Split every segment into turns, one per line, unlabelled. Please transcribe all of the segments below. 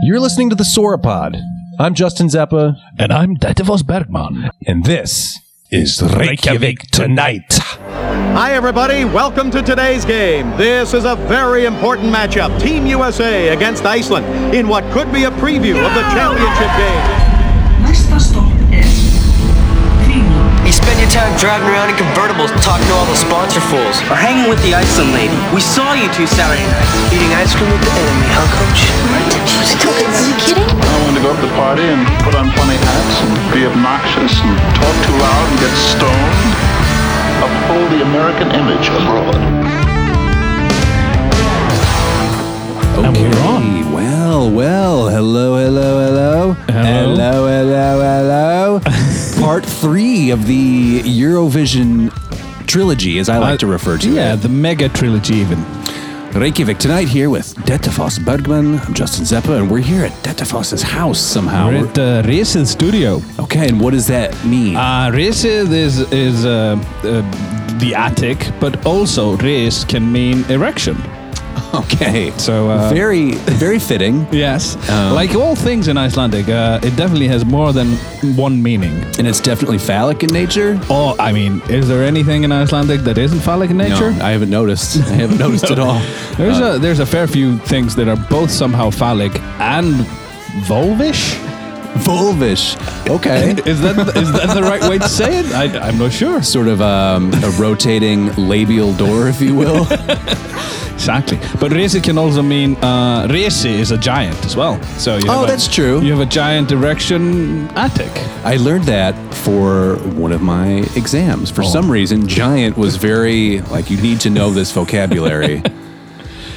You're listening to the Sauropod. I'm Justin Zeppa,
And I'm Dativos Bergman.
and this is Reykjavik Tonight.
Hi, everybody. Welcome to today's game. This is a very important matchup Team USA against Iceland in what could be a preview of the championship game.
Næsta stopp er Kringlan.
You spend your time driving around in convertibles talking to all the sponsor fools.
or hanging with the Iceland lady. We saw you two Saturday night.
Eating ice cream with the enemy, huh, coach?
Are you kidding?
I wanted to go up to the party and put on funny hats and be obnoxious and talk too loud and get stoned. Uphold the American image abroad.
we're on.
Well, well, hello, hello, hello.
Hello.
hello, hello. hello. Part three of the Eurovision trilogy, as I like
Uh,
to refer to
Yeah,
it.
the mega trilogy, even.
Reykjavik Tonight here with Detefos Bergman. I'm Justin Zeppa, and we're here at Detefos's house somehow.
We're at the Resil studio.
okay, and what does that mean?
Uh, Resil is, is uh, uh, the attic, but also Res can mean erection.
okay.
So, uh,
very, very fitting. Um,
Yes. like all things in Icelandic, uh, it definitely has more than one meaning.
And it's definitely phallic in nature.
Oh, I mean, is there anything in Icelandic that isn't phallic in nature?
No, I haven't noticed. I haven't noticed at all.
There's a there's a fair few things that are both somehow phallic and vulvish.
Vulvish. Okay.
Is that is that the right way to say it? I, am not sure.
sort of um, a rotating labial door, if you will.
Exactly. But resi can also mean uh, resi is a giant as well. So you
Oh,
have a-
that's true.
You have a giant erection attic.
I learned that for one of my exams. For some reason, giant was very like, you need to know this vocabulary.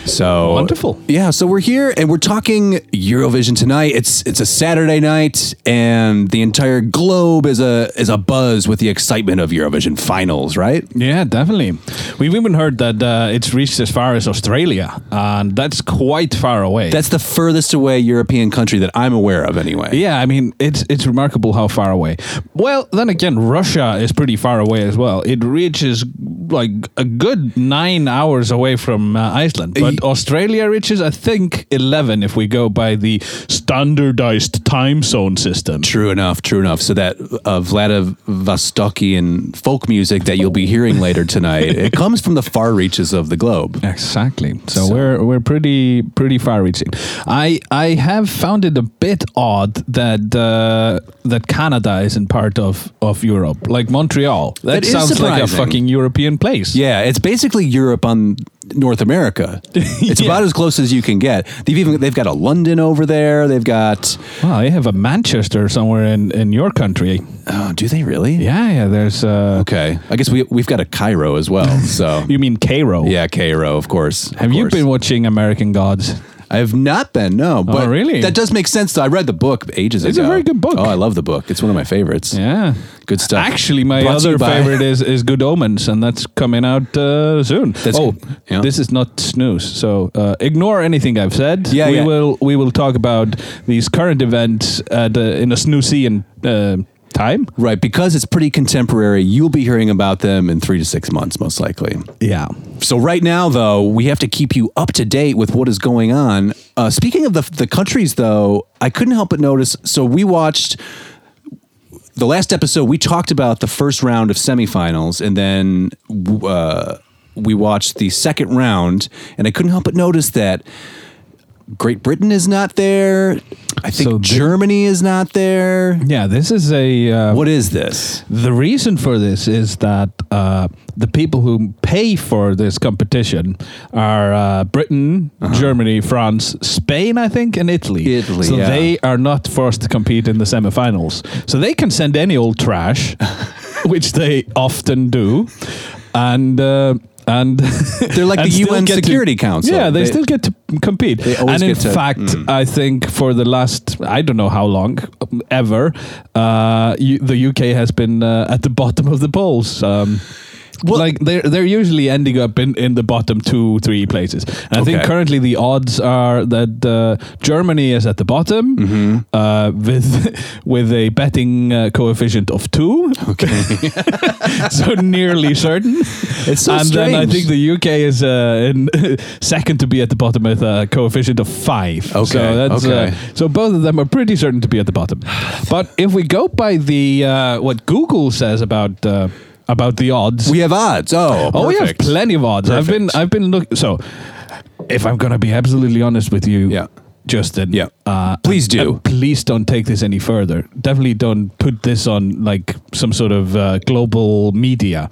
So
Wonderful.
Yeah, so we're here and we're talking Eurovision tonight. It's it's a Saturday night and the entire globe is a is a buzz with the excitement of Eurovision finals, right?
Yeah, definitely. We've even heard that uh, it's reached as far as Australia, and that's quite far away.
That's the furthest away European country that I'm aware of anyway.
Yeah, I mean it's it's remarkable how far away. Well, then again, Russia is pretty far away as well. It reaches like a good nine hours away from uh, Iceland, but Australia reaches I think eleven if we go by the standardized time zone system.
True enough, true enough. So that uh, Vladivostokian folk music that you'll be hearing later tonight, it comes from the far reaches of the globe.
Exactly. So, we're we're pretty pretty far reaching. I I have found it a bit odd that uh, that Canada isn't part of of Europe, like Montreal. That,
That is
sounds like a
surprising.
fucking European place.
Yeah, it's basically Europe on North America. It's
Yeah.
about as close as you can get. They've even they've got a London over there. They've got
Wow, they have a Manchester somewhere in, in your country.
oh, do they really?
Yeah, yeah. There's. Uh,
Okay. I guess we we've got a Cairo as well. So
You mean Cairo?
yeah, Cairo, of course. of
Have you
course.
been watching American Gods?
I have not been. No, but
Oh, really?
That does make sense. Though I read the book ages
It's a
ago.
very good book.
Oh, I love the book. It's one of my favorites.
Yeah.
Good stuff.
Actually, my
Brought to you
other
by-
favorite is, is Good Omens, and that's coming out uh, soon.
That's-
oh,
yeah.
this is not snooze. So uh, ignore anything I've said.
Yeah,
we
yeah.
will we will talk about these current events at, uh, in a snoozian uh, time.
Right, because it's pretty contemporary, you'll be hearing about them in three to six months, most likely.
Yeah.
So, right now, though, we have to keep you up to date with what is going on. Uh, speaking of the, the countries, though, I couldn't help but notice. So, we watched the last episode, we talked about the first round of semifinals, and then uh, we watched the second round, and I couldn't help but notice that. Great Britain is not there. I think
So the-
Germany is not there.
Yeah. This is a uh,
What is this?
The reason for this is that uh, the people who pay for this competition are uh, Britain, Germany, France, Spain, I think, and Italy.
Uh-huh. Italy,
So
yeah.
they are not forced to compete in the semifinals. So they can send any old trash, which they often do, and. Uh, and
They're like the
still
UN
get to-
Security Council.
Yeah, they,
They-
still get to compete.
always
and in
get to-
fact, I think for the last I don't know how long um, ever, uh, U- the UK has been uh, at the bottom of the polls. Um,
Well-
like they're they're usually ending up in, in the bottom two three places. And I think
Okay.
currently the odds are that uh, Germany is at the bottom
Mm-hmm.
uh, with with a betting uh, coefficient of two. Okay, so nearly certain.
It's so
and then I
strange.
think the UK is uh, in second to be at the bottom with a coefficient of five.
Okay,
so that's,
okay.
Uh, so both of them are pretty certain to be at the bottom. But if we go by the uh, what Google says about uh, about the odds,
We have odds. Oh,
oh, we have
perfect.
plenty of odds. I've been
Perfect.
I've been looking. So if I'm gonna be absolutely honest with you,
Yeah.
Justin,
Yeah.
uh,
Please
and-
do.
and please don't take this any further. Definitely don't put this on like some sort of uh, global media.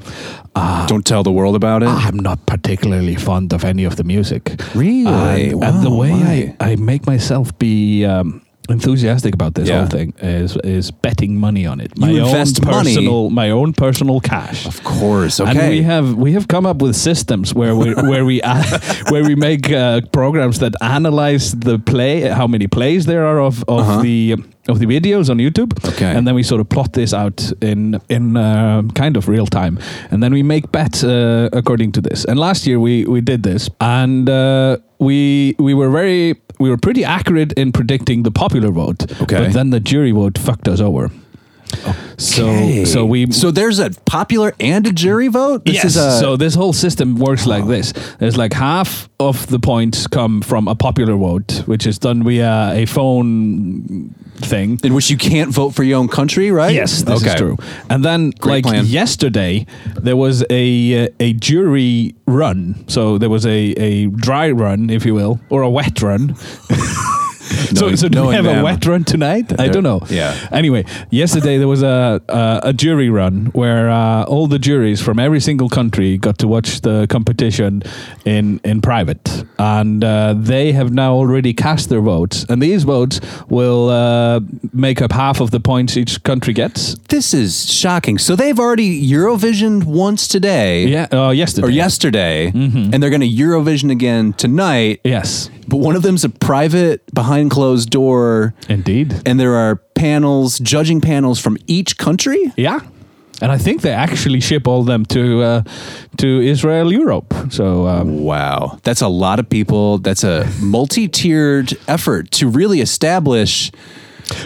Ah, Don't tell the world about it.
I'm not particularly fond of any of the music.
Really?
And, and the
Wow,
way
why?
I, I make myself be um, enthusiastic about this
Yeah.
whole thing is is betting money on it. My
invest
own
money?
personal my own personal cash.
Of course. Okay.
And we have we have come up with systems where we where we a- where we make uh, programs that analyze the play, how many plays there are of of the of the videos on YouTube.
Uh-huh. Okay.
And then we sort of plot this out in in uh, kind of real time, and then we make bets uh, according to this. And last year we we did this, and uh, we we were very we were pretty accurate in predicting the popular vote.
Okay.
But then the jury vote fucked us over. So
Okay.
so we
so there's a popular and a jury vote. This
yes.
is a
so this whole system works like this. There's like half of the points come from a popular vote, which is done via a phone thing.
in which you can't vote for your own country, right?
Yes, this is true. And then, like
plan.
yesterday, there was a uh, a jury run. So there was a, a dry run, if you will, or a wet run. so,
Knowing-
so do we
knowing
have a
them.
wet run tonight? I
They're-
don't know.
yeah.
Anyway, yesterday there was a a, a jury run where uh, all the juries from every single country got to watch the competition in in private, and uh, they have now already cast their votes, and these votes will uh, make up half of the points each country gets.
This is shocking. So they've already Eurovisioned once today.
Yeah. Mm-hmm. Uh, yesterday.
Or yesterday, and they're going to Eurovision again tonight.
Yes.
But one of them's a private, behind closed door,
Indeed.
and there are panels, judging panels from each country.
Yeah. And I think they actually ship all them to uh, to Israel, Europe. So um,
Wow, that's a lot of people. That's a multi-tiered effort to really establish.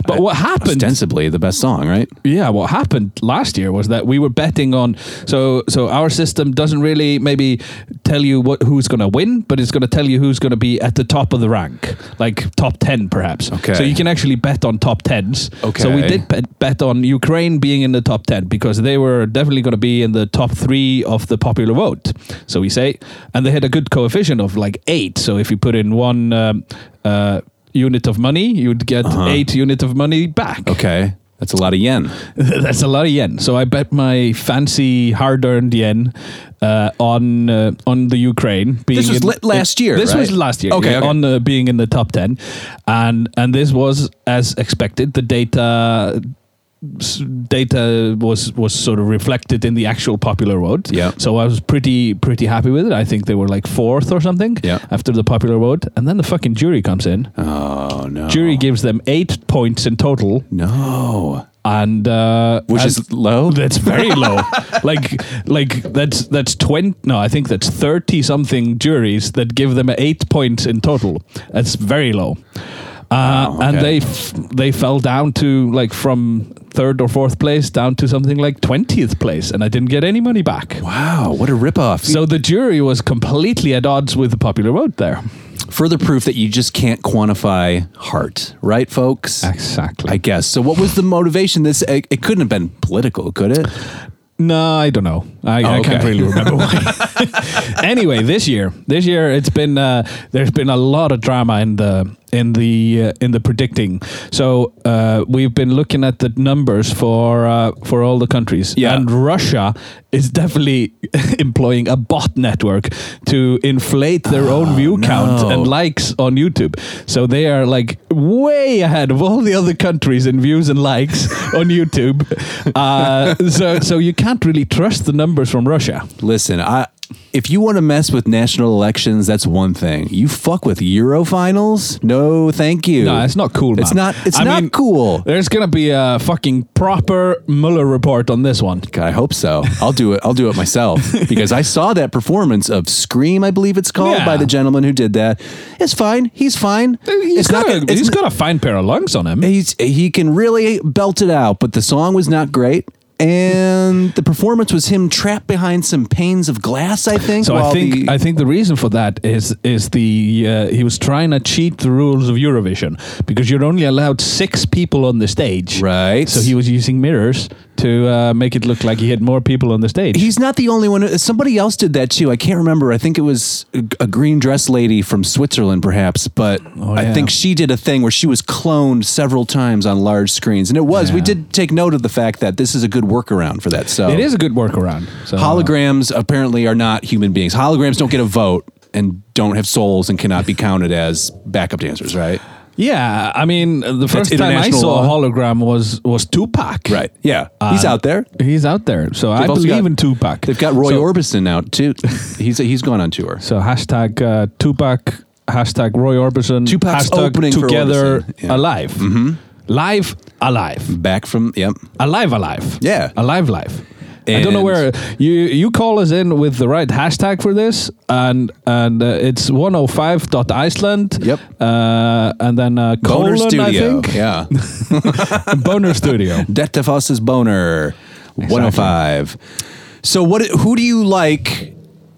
But what happened-
Ostensibly, the best song, right?
Yeah, what happened last year was that we were betting on so so our system doesn't really maybe tell you what who's going to win, but it's going to tell you who's going to be at the top of the rank, like top 10 perhaps.
Okay.
So you can actually bet on top 10s. So we
Okay.
did bet, bet on Ukraine being in the top 10 because they were definitely going to be in the top 3 of the popular vote. So we say and they had a good coefficient of like 8. So if you put in one um, uh, unit of money, you'd get
Uh-huh.
8 unit of money back.
Okay, that's a lot of yen.
That's a lot of yen. So I bet my fancy hard-earned yen uh, on uh, on the Ukraine. Being
was
in-
li- last year,
This was
right?
last year.
Okay,
yeah,
okay.
on uh, being in the top ten, and and this was as expected. The data s- data was was sort of reflected in the actual popular vote.
Yeah.
So I was pretty pretty happy with it. I think they were like fourth or something.
Yeah.
After the popular vote, and then the fucking jury comes in.
Oh no,
Jury gives them eight points in total,
no,
and uh,
which
and-
is low.
that's very low. like like that's that's twenty. No, I think that's thirty something juries that give them eight points in total. That's very low. Uh,
Wow,
And
okay.
they f- they fell down to like from third or fourth place down to something like twentieth place, and I didn't get any money back.
Wow, what a ripoff! So
So the jury was completely at odds with the popular vote there.
further proof that you just can't quantify heart, right, folks?
Exactly.
I guess. So, what was the motivation? This it, it couldn't have been political, could it?
No, I don't know. I, I can't
Oh, okay.
really remember why. anyway, this year, this year it's been uh, there's been a lot of drama in the in the uh, in the predicting. So uh, we've been looking at the numbers for uh, for all the countries,
Yeah.
and Russia is definitely employing a bot network to inflate their own view count and likes on YouTube. So they are like way ahead of all the other countries in views and likes on YouTube. Uh, so so you can't really trust the numbers from Russia.
Listen, I if you want to mess with national elections, that's one thing. You fuck with Euro finals? No, No, thank you.
No, it's not cool. Man.
It's not. It's
I
not
mean,
cool.
There's gonna be a fucking proper Mueller report on this one.
God, I hope so. I'll do it. I'll do it myself because I saw that performance of Scream, I believe it's called,
Yeah.
by the gentleman who did that. It's fine. He's fine.
He's
it's
got,
gonna-
a,
it's
he's
n-
got a fine pair of lungs on him.
He's he can really belt it out, but the song was not great. And the performance was him trapped behind some panes of glass, I think.
So I
while
think
the-
I think the reason for that is is the uh, he was trying to cheat the rules of Eurovision because you're only allowed six people on the stage.
Right.
So he was using mirrors to uh, make it look like he had more people on the stage.
He's not the only one. Somebody else did that too. I can't remember. I think it was a a green dress lady from Switzerland, perhaps. But I
Oh, yeah.
think she did a thing where she was cloned several times on large screens, and it was. We
Yeah.
did take note of the fact that this is a good workaround for that. So
it is a good workaround. So, uh,
holograms apparently are not human beings. Holograms don't get a vote and don't have souls and cannot be counted as backup dancers, right?
Yeah, I mean the first time I
international
saw
law.
a hologram was was Tupac.
Right. Yeah. He's
Uh,
out there.
He's out there. So I
They've also
believe
got-
in Tupac.
They've got Roy
so,
Orbison now too. He's he's gone on tour.
So hashtag uh, Tupac, hashtag Roy Orbison,
Tupac's
hashtag
opening for
together
Orbison. Yeah.
alive, mm-hmm. live alive,
Back from yep.
alive alive,
Yeah.
alive live. I don't know
And-
where you you call us in with the right hashtag for this, and and uh, it's 105.iceland.
Yep.
Uh, and then uh,
Boner
colon,
Studio.
I think.
Yeah.
Boner Studio.
Death to Faust's boner. 105. So what who do you like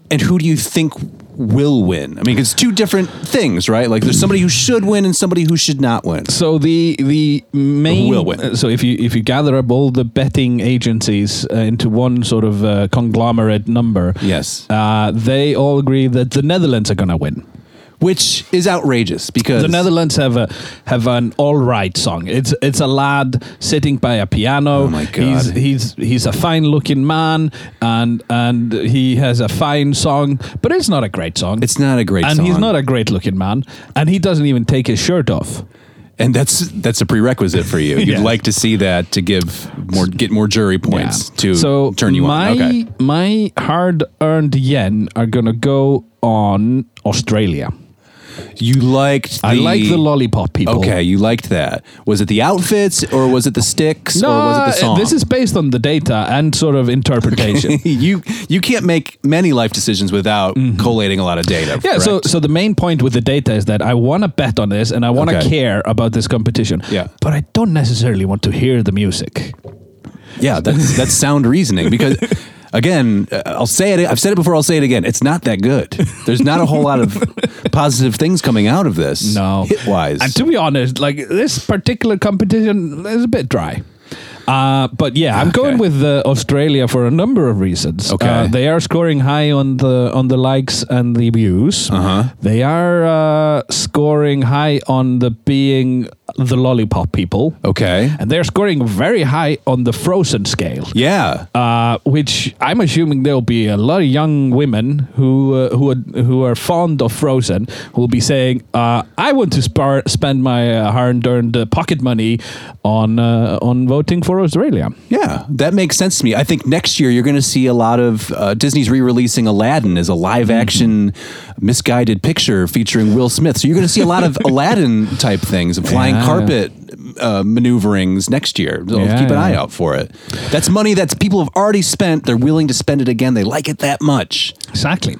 and who do you think will win? I mean, it's two different things, right? Like there's somebody who should win and somebody who should not win.
So the the main
Will win.
So if you if you gather up all the betting agencies uh, into one sort of uh, conglomerate number,
Yes.
uh, they all agree that the Netherlands are going to win.
Which is outrageous because
The Netherlands have a have an all right song. It's it's a lad sitting by a piano.
Oh my God.
He's he's he's a fine looking man, and and he has a fine song, but it's not a great song.
It's not a great
and he's
song.
not a great looking man, and he doesn't even take his shirt off.
and that's that's a prerequisite for you. You'd
Yeah.
like to see that to give more get more jury points
Yeah.
to
so
turn you
my,
on. Okay.
My hard earned yen are going to go on Australia.
You liked
I
the,
like the lollipop people.
Okay, you liked that. Was it the outfits or was it the sticks
No, uh,
or was it the song?
this is based on the data and sort of interpretation.
you you can't make many life decisions without collating a lot of data.
Mm-hmm. Yeah, so,
correct?
so the main point with the data is that I want to bet on this and I want to
Okay.
care about this competition.
Yeah.
But I don't necessarily want to hear the music.
yeah, that's that's sound reasoning because again, uh, I'll say it. I've said it before. I'll say it again. It's not that good. There's not a whole lot of positive things coming out of this.
No.
hit wise.
And to be honest, like this particular competition is a bit dry. Uh, but yeah, I'm going
Okay.
with uh, Australia for a number of reasons.
Okay.
Uh, they are scoring high on the on the likes and the views.
Uh-huh.
They are uh, scoring high on the being the lollipop people.
okay.
And they're scoring very high on the frozen scale.
Yeah.
Uh, which I'm assuming there'll be a lot of young women who uh, who are, who are fond of Frozen who will be saying, uh, "I want to spar- spend my uh, hard-earned uh, pocket money on uh, on voting for Australia."
Yeah, that makes sense to me. I think next year you're going to see a lot of uh, Disney's re-releasing Aladdin as a live-action
Mm-hmm.
misguided picture featuring Will Smith. So you're going to see a lot of Aladdin type things and flying
Yeah.
carpet uh, maneuverings next year. So
Yeah,
keep an
yeah.
eye out for it. That's money that's people have already spent. They're willing to spend it again. They like it that much.
Exactly.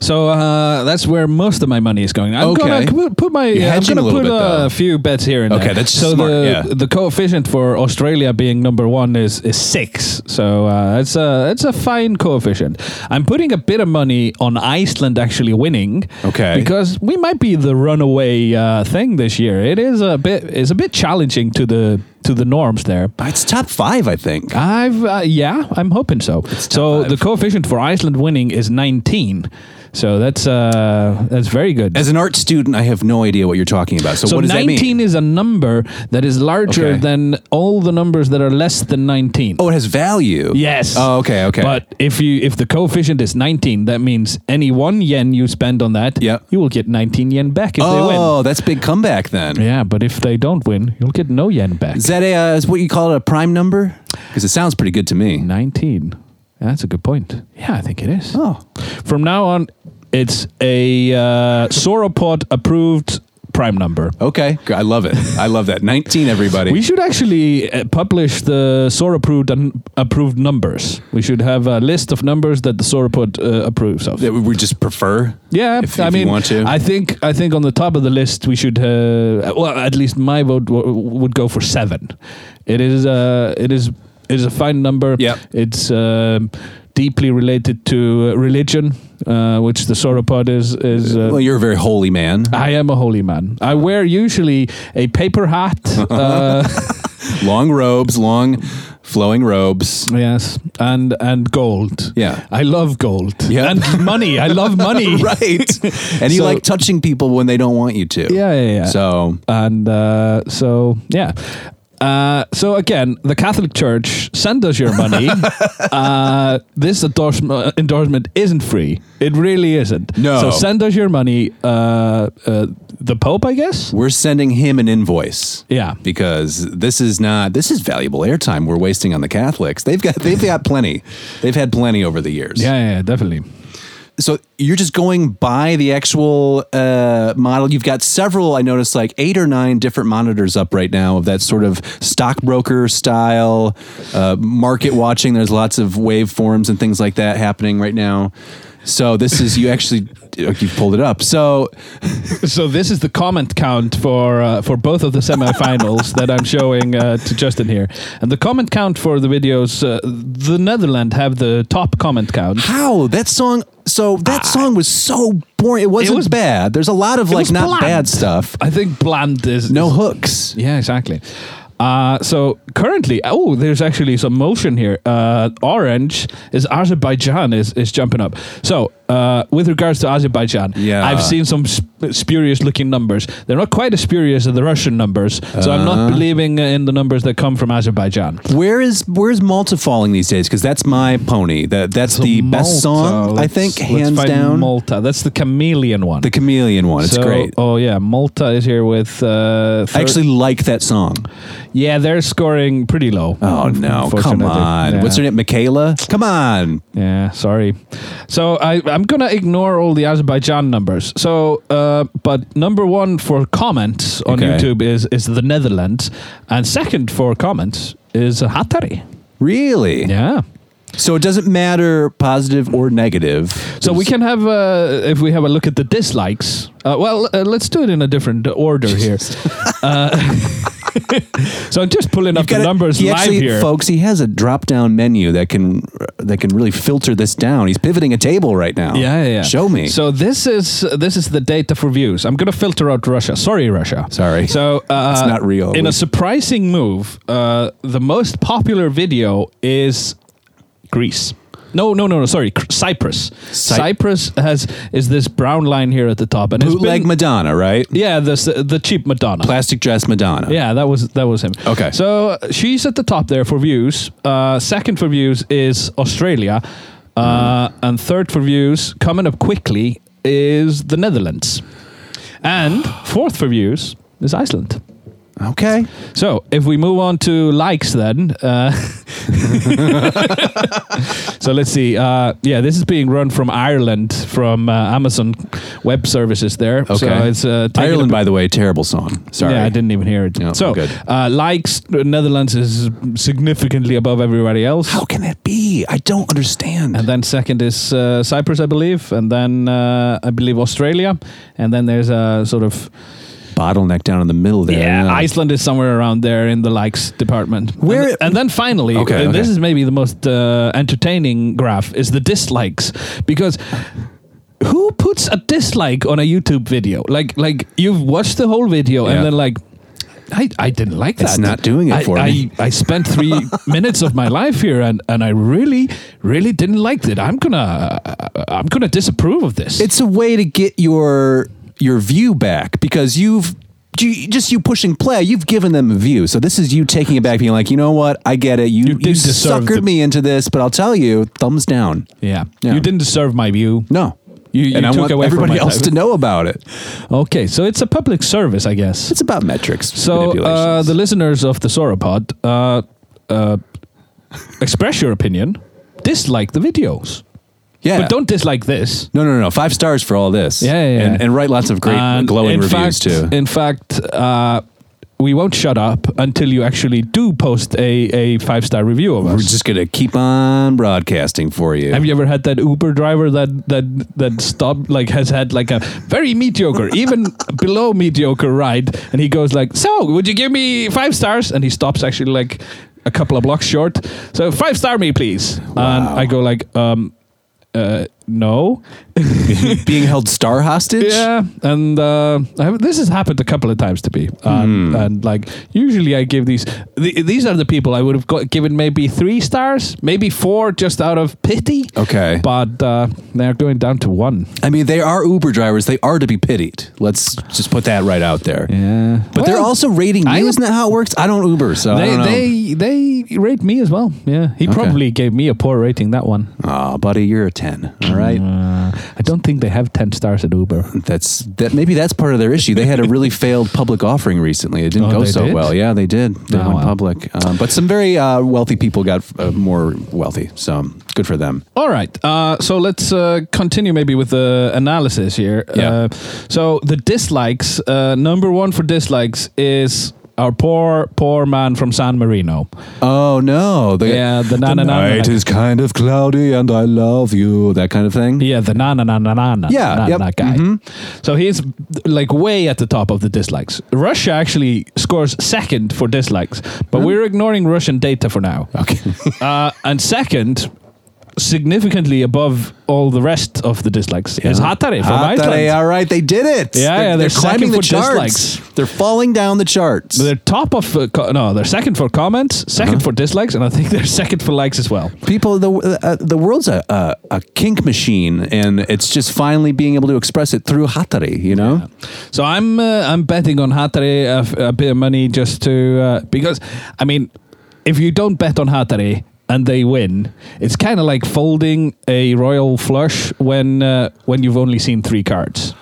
So uh, that's where most of my money is going. I'm
Okay.
gonna c- put my.
You're
I'm
hedging
gonna
a little
put
bit, though.
a few bets here and
Okay,
there.
that's
so
smart,
The,
yeah.
the coefficient for Australia being number one is is six. So uh, it's a it's a fine coefficient. I'm putting a bit of money on Iceland actually winning.
Okay.
Because we might be the runaway uh, thing this year. It is a bit it's a bit challenging to the to the norms there.
It's top five, I think.
I've uh, yeah, I'm hoping so. So
five.
the coefficient for Iceland winning is 19. So that's uh that's very good.
As an art student, I have no idea what you're talking about. So,
so
what does
19
that mean?
is a number that is larger
Okay.
than all the numbers that are less than 19.
Oh, it has value.
Yes.
Oh, okay, okay.
But if you if the coefficient is 19, that means any 1 yen you spend on that,
Yeah.
you will get 19 yen back if
oh, that's big comeback then.
they win. Yeah, but if they don't win, you'll get no yen back.
Is that a, uh, is what you call it a prime number? Because it sounds pretty good to me.
19. That's a good point. Yeah, I think it is.
Oh,
From now on, it's a uh, sauropod approved prime number.
Okay, I love it. I love that. 19, everybody.
We should actually uh, publish the SOAR approved un- approved numbers. We should have a list of numbers that the SOAR put, uh, approves of.
that we just prefer.
Yeah,
if,
I
if
mean,
you want to.
I think I think on the top of the list we should. Uh, well, at least my vote w- would go for seven. It is a it is it is a fine number.
Yep.
it's um deeply related to uh, religion, uh, which the sauropod is is. Uh,
well, you're a very holy man,
I am a holy man. I wear usually a paper hat. Uh,
long robes, long flowing robes.
yes, and and gold.
Yeah.
I love gold.
Yeah.
and money. I love money.
right. And you
So-
like touching people when they don't want you to.
Yeah, yeah, yeah.
So
and uh, so yeah. Uh, so again, the Catholic Church send us your money. uh, this endorsement, endorsement isn't free; it really isn't.
No.
So send us your money. Uh, uh, the Pope, I guess.
we're sending him an invoice.
Yeah.
Because this is not this is valuable airtime we're wasting on the Catholics. They've got they've got plenty. They've had plenty over the years.
Yeah, yeah, yeah, definitely.
So you're just going by the actual uh, model. You've got several. I noticed like eight or nine different monitors up right now of that sort of stockbroker style uh, market watching. There's lots of waveforms and things like that happening right now. So this is you actually you've pulled it up. So
So this is the comment count for uh, for both of the semifinals that I'm showing uh, to Justin here, and the comment count for the videos. Uh, the Netherlands have the top comment count.
how that song? So that song was so boring. It wasn't
was-
bad. There's a lot of
It
like
was
not
bland.
bad stuff.
I think bland is
No
is-
hooks.
Yeah, exactly. Uh, so currently, oh, there's actually some motion here. Uh, orange is Azerbaijan is, is jumping up. So uh, with regards to Azerbaijan,
Yeah.
I've seen some sp- spurious looking numbers. They're not quite as spurious as the Russian numbers. So I'm
Uh-huh.
not believing in the numbers that come from Azerbaijan.
Where is where's Malta falling these days? Because that's my pony. That that's the best song
Malta,
I
let's-
think,
let's
hands
find
down.
Malta. That's the chameleon one.
the chameleon one. It's
So-
great.
Oh yeah, Malta is here with. Uh,
I
thir-
actually like that song.
yeah, they're scoring pretty low.
Oh no! Come
unfortunately.
on.
Yeah.
What's her name? Michaela. Come on.
Yeah, sorry. So I, I'm gonna ignore all the Azerbaijan numbers. So, uh, but number one for comments on
Okay.
YouTube is is the Netherlands, and second for comments is Hatari.
Really?
Yeah.
So it doesn't matter positive or negative.
So we can have uh, if we have a look at the dislikes. Uh, well, uh, let's do it in a different order here. uh, so I'm just pulling up the
Gotta-
numbers
he
live
actually,
here.
folks. He has a drop-down menu that can that can really filter this down. He's pivoting a table right now.
Yeah, yeah, yeah.
Show me.
So this is this is the data for views. I'm gonna filter out Russia. Sorry, Russia.
Sorry.
So uh,
It's not real.
In
We-
a surprising move, uh, the most popular video is Greece. No, no, no, no. Sorry, Cr- Cyprus.
Cy-
Cyprus has is this brown line here at the top, and it's
bootleg
been,
Madonna, right?
yeah, this the cheap Madonna.
Plastic dress Madonna.
Yeah, that was that was him.
Okay.
So uh, she's at the top there for views. Uh, second for views is Australia, uh, and third for views coming up quickly is the Netherlands, and fourth for views is Iceland.
Okay.
So if we move on to likes, then uh, so let's see. Uh, yeah, this is being run from Ireland from uh, Amazon Web Services. There, so it's uh, taking
Ireland,
a-
by the way, terrible song. Sorry,
yeah, I didn't even hear it.
No,
so,
good.
Uh, likes the Netherlands is significantly above everybody else.
How can that be? I don't understand.
And then second is uh, Cyprus, I believe, and then uh, I believe Australia, and then there's a sort of
Bottleneck down in the middle there.
yeah, Iceland is somewhere around there in the likes department.
Where-
and, and then finally,
Okay,
and this
okay.
is maybe the most uh, entertaining graph is the dislikes because who puts a dislike on a YouTube video? Like like you've watched the whole video
Yeah.
and then like. I, I didn't like that.
It's not doing it
I-
for
I,
me.
I spent three minutes of my life here, and, and I really, really didn't like it. I'm gonna, I'm gonna disapprove of this.
It's a way to get your your view back because you've you, just you pushing play. You've given them a view, so this is you taking it back, being like, you know what, I get it. You you,
didn't deserve
suckered
the-
me into this, but I'll tell you, thumbs down.
yeah.
Yeah.
you didn't deserve my view.
No,
You- you
and I
took
want
away from
everybody
my
else
time.
to know about it.
Okay, so it's a public service, I guess.
It's about metrics.
So uh,
manipulations.
the listeners of the Sauropod, uh, uh, express your opinion, dislike the videos.
Yeah.
But don't dislike this.
No, no, no, no. Five stars for all this.
Yeah, yeah, yeah.
And, and write lots of great
And
glowing
in
reviews
fact,
too.
In fact, uh, we won't shut up until you actually do post a, a five star review of
We're
us.
just gonna keep on broadcasting for you.
Have you ever had that Uber driver that that that stopped like has had like a very mediocre, even below mediocre ride, and he goes like, "So, would you give me five stars?" And he stops actually like a couple of blocks short. So five star me, please. And I go like, um, uh, no.
being held star hostage?
Yeah, and uh, I have, this has happened a couple of times to me,
Hmm.
and, and like usually I give these. Th- these are the people I would have got, given maybe three stars, maybe four, just out of pity.
Okay.
but uh, they're going down to one.
I mean, they are Uber drivers. They are to be pitied. Let's just put that right out there.
Yeah,
But they're also rating you.
I-
Isn't that how it works? I don't Uber, so I
They,
don't know.
they they rate me as well. Yeah, he probably gave me a poor rating that one.
oh, buddy, you're a ten. All right.
Mm. I don't think they have ten stars at Uber.
That's that. Maybe that's part of their issue. They had a really failed public offering recently. It didn't
Oh,
go
they
so
did?
well. Yeah, they did. They
Oh,
went
wow.
public, um, but some very uh, wealthy people got uh, more wealthy. So good for them.
All right. Uh, so let's uh, continue maybe with the analysis here.
Yeah.
Uh, so the dislikes, uh, number one for dislikes is our poor, poor man from San Marino.
Oh no! The,
Yeah, the na- na- na- na-
night
na-
is kind of cloudy, and I love you. That kind of thing.
Yeah, the na na na na na na
Yeah,
na,
yep,
na guy. So he's like way at the top of the dislikes. Russia actually scores second for dislikes, but we're ignoring Russian data for now.
Okay.
uh, and second, significantly above all the rest of the dislikes, is Hatare from
Ah,
Iceland.
they- all right, they did it.
Yeah, yeah, they're second
climbing the
for
charts.
dislikes.
They're falling down the charts.
They're top of uh, co- no, they're second for comments, 2nd
Uh-huh.
for dislikes, and I think they're second for likes as well.
People, the uh, the world's a, a a kink machine, and it's just finally being able to express it through hatari. You know.
So I'm uh, I'm betting on Hatare a, f- a bit of money just to uh, because I mean, if you don't bet on Hatare and they win, it's kind of like folding a royal flush when uh, when you've only seen three cards.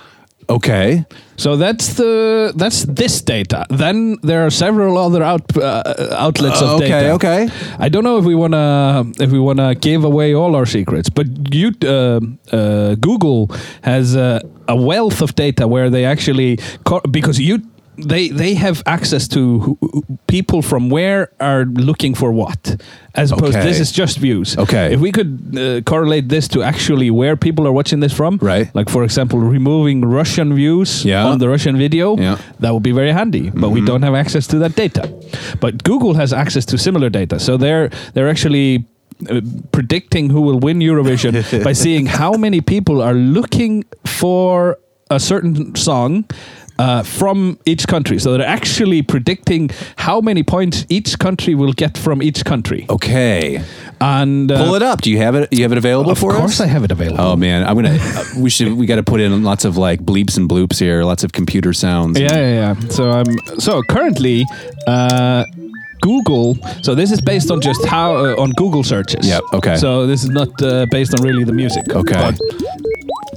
Okay.
So that's the that's this data. Then there are several other out, uh, outlets of
Okay,
data.
okay.
I don't know if we wanna if we wanna give away all our secrets, but you uh, uh, Google has uh, a wealth of data where they actually co- because you they they have access to who, who- people from where are looking for what as opposed
Okay.
this is just views.
Okay.
if we could uh, correlate this to actually where people are watching this from,
Right.
Like for example, removing Russian views
Yeah.
on the Russian video,
Yeah. Mm-hmm.
that would be very handy. But we don't have access to that data. But Google has access to similar data, so they're they're actually uh, predicting who will win Eurovision by seeing how many people are looking for a certain song. Uh, from each country, so they're actually predicting how many points each country will get from each country,
Okay.
and uh,
Pull it up. Do you have it? You have it available
Of
for us?
course, I have it available.
Oh man, I'm gonna. uh, we should. We got to put in lots of like bleeps and bloops here. Lots of computer sounds.
Yeah, yeah, yeah. So um, so currently, uh, Google. So this is based on just how uh, on Google searches.
Yep, okay.
So this is not uh, based on really the music.
Okay.
But,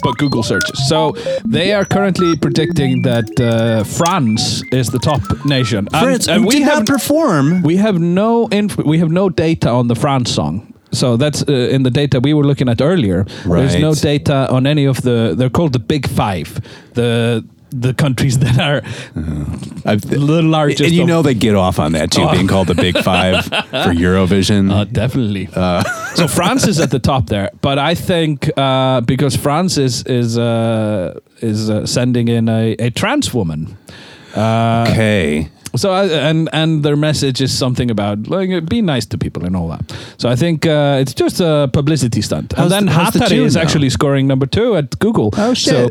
but Google searches. So they are currently predicting that uh, France is the top nation. And-
France,
and
who did not
haven't-
perform.
we have no inf- we have no data on the France song. So that's uh, in the data we were looking at earlier. There's no
Right.
data on any of the they're called the big 5. The the countries that are
I've,
the largest
Uh, and you
of-
know they get off on that too,
Oh.
being called the Big Five for Eurovision.
Uh, definitely. so France is at the top there, but I think uh, because France is is uh, is uh, sending in a, a trans woman. Uh,
okay.
So I, and and their message is something about like be nice to people and all that. So I think uh, it's just a publicity stunt. and
How's
then
the- how's the
Hattari
tune
is
now?
actually scoring number two at Google.
Oh,
So,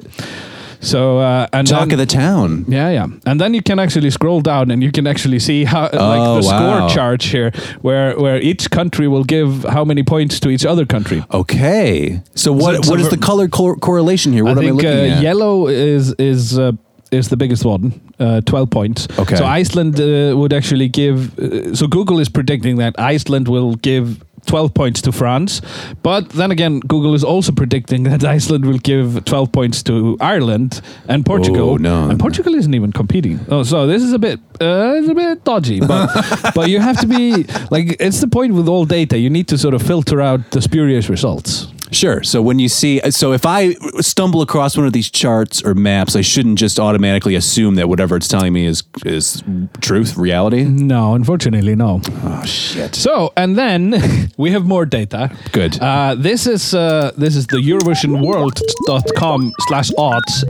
so uh, and
Talk
then-
of the town.
yeah, yeah, and then you can actually scroll down and you can actually see how like
Oh,
the
wow.
score chart here, where where each country will give how many points to each other country.
Okay. So what?
so
what is
we're-
the color cor- correlation here?
I
What am
think
I looking
uh,
at?
yellow is is. Uh, is the biggest one, uh, twelve points.
Okay.
So Iceland uh, would actually give. Uh, so Google is predicting that Iceland will give twelve points to France, but then again, Google is also predicting that Iceland will give twelve points to Ireland and Portugal.
Oh, no.
And Portugal isn't even competing. Oh, so this is a bit, uh, it's a bit dodgy. But but you have to be like it's the point with all data. You need to sort of filter out the spurious results.
Sure. So when you see, so if I stumble across one of these charts or maps, I shouldn't just automatically assume that whatever it's telling me is is truth, reality.
No, unfortunately, no.
Oh shit.
So, and then we have more data.
Good.
Uh, this is uh, this is the EurovisionWorld.com slash odds,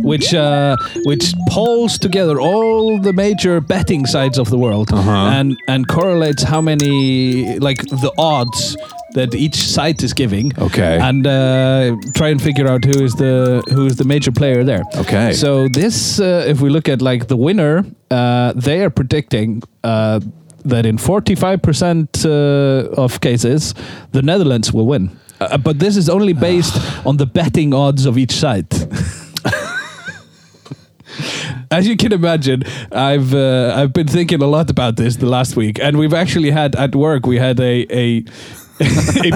which uh, which polls together all the major betting sites of the world
Uh-huh.
and and correlates how many like the odds that each site is giving.
Okay.
And uh, try and figure out who is the who is the major player there.
Okay.
So so this, uh, if we look at like the winner, uh, they are predicting uh, that in 45% uh, of cases, the Netherlands will win. Uh, but this is only based on the betting odds of each side. As you can imagine, I've uh, I've been thinking a lot about this the last week, and we've actually had at work we had a a a,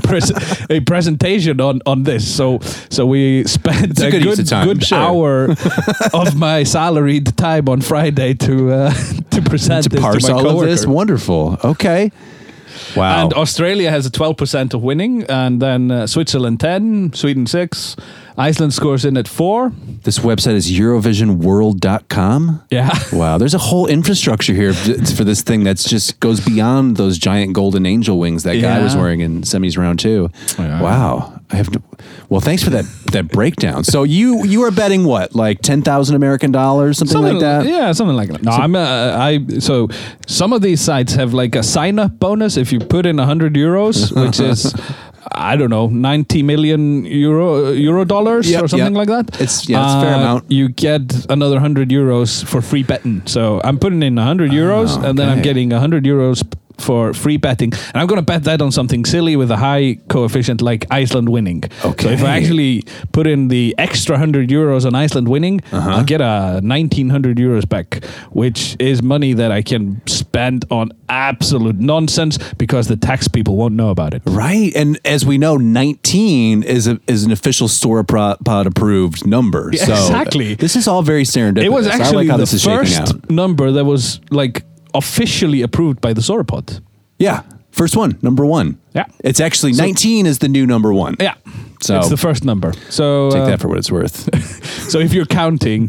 pres- a presentation on, on this. So so we spent
a
a
good
good
use of time,
good
sure.
hour hour of my salaried time on Friday to uh, to present
To
this
parse
to my
all of
coworker.
this, wonderful. Okay. Wow.
And Australia has a twelve percent of winning, and then uh, Switzerland ten, Sweden six, Iceland scores in at four.
this website is EurovisionWorld.com.
Yeah.
Wow. There's a whole infrastructure here for this thing that's just goes beyond those giant golden angel wings that guy
Yeah.
was wearing in semis round two.
Yeah.
Wow. I have. To, well, thanks for that that breakdown. So you you are betting what, like ten thousand American dollars, something, like that.
Yeah, something like that. No, I'm uh, I so some of these sites have like a sign up bonus if you put in 100 euros, which is I don't know, 90 million euro uh, euro dollars
Yep,
or something
yep.
like that. Uh,
It's- yeah, it's a fair amount.
You get another 100 euros for free betting. So I'm putting in 100 euros and then I'm
Ah, okay.
getting 100 euros p- for free betting and I'm going to bet that on something silly with a high coefficient like Iceland winning. So if I
Okay.
actually actually put in the extra 100 euros on Iceland winning,
Uh-huh.
I'll get a 1900 euros back, which is money that I can spend on absolute nonsense because the tax people won't know about it.
Right, and as we know, nineteen is a, is an official sauropod approved number.
Yeah,
so
exactly.
this is all very serendipitous.
It was
I like
actually
how
the
this is shaking out.
first number that was like officially approved by the Sauropod.
Yeah, first one, number one.
Yeah.
it's actually nineteen is the new number one.
Yeah.
So-
it's the first number. So
take
uh,
that for what it's worth.
so if you're counting,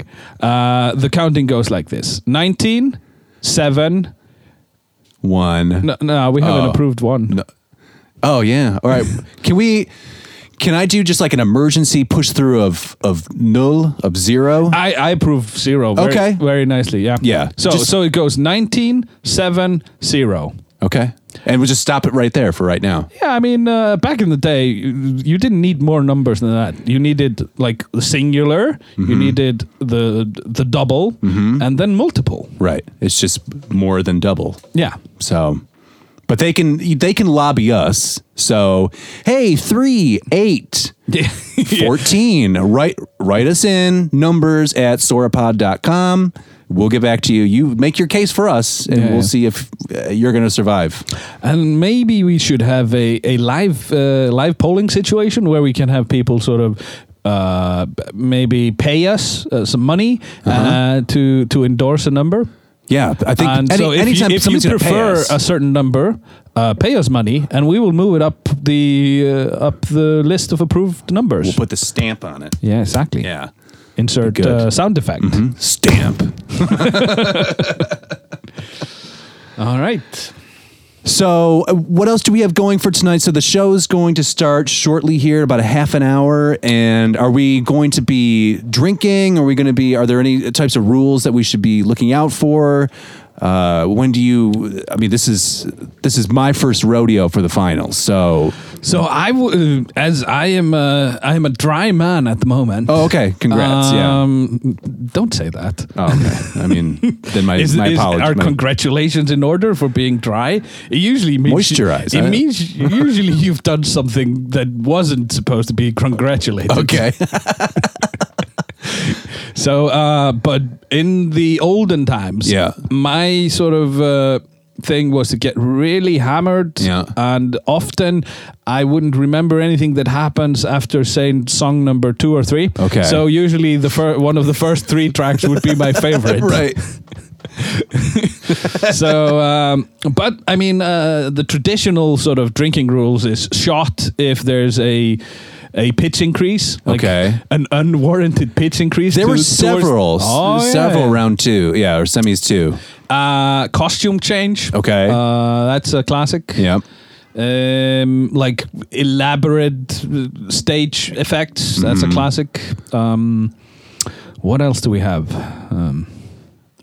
uh, the counting goes like this 19, 7.
one.
No, no we haven't
Oh.
approved one.
Oh yeah. All right. can we? Can I do just like an emergency push through of of null of zero?
I, I approve zero. Very,
Okay.
Very nicely. Yeah.
Yeah.
So
Just-
so it goes 19, 7, 0.
okay. And we'll just stop it right there for right now.
Yeah, I mean, uh, back in the day, you you didn't need more numbers than that. You needed like the singular, you
Mm-hmm.
needed the the double, and then multiple.
Right. It's just more than double.
Yeah.
So, but they can they can lobby us. So hey, three eight.
Yeah.
14 write write us in numbers at sauropod.com we'll get back to you you make your case for us and
Yeah,
we'll
yeah.
see if uh, you're going to survive
And maybe we should have a, a live uh, live polling situation where we can have people sort of uh, b- maybe pay us uh, some money uh to to endorse a number.
yeah i Uh-huh. think
and
any,
so if
anytime
you, if you
somebody's gonna pay
prefer
us-
a certain number, uh, pay us money, and we will move it up the uh, up the list of approved numbers.
We'll put the stamp on it.
yeah, exactly.
Yeah.
Insert
Good. Mm-hmm.
uh, sound effect.
Stamp.
All right.
So, uh, what else do we have going for tonight? So, the show's going to start shortly here, about a half an hour. And are we going to be drinking? Are we going to be, are there any types of rules that we should be looking out for? Uh, when do you, I mean, this is, this is my first rodeo for the finals. So,
So I, w- uh, as I am, uh, I am a dry man at the moment.
oh, okay. Congrats.
Um, Don't say that.
yeah. Oh, okay. I mean, then my,
Is,
my
is-
apologies.
are
My-
congratulations in order for being dry? It usually means
Moisturize, eh?
It
huh?
means usually you've done something that wasn't supposed to be congratulated.
okay.
So, uh, but in the olden times,
Yeah.
my sort of uh, thing was to get really hammered,
Yeah.
and often I wouldn't remember anything that happens after saying song number two or three.
Okay.
so usually the fir- one of the first three tracks would be my favorite.
right.
so, um, but I mean, uh, the traditional sort of drinking rules is shot if there's a a pitch increase. like
Okay.
An unwarranted pitch increase.
There
to-
were
towards-
several,
Oh, yeah,
several
yeah.
round two, yeah, or semis two.
Uh, costume change.
Okay.
Uh, that's a classic.
Yep.
Um, like elaborate uh, stage effects. That's
Mm-hmm.
a classic. Um, what else do we have? Um,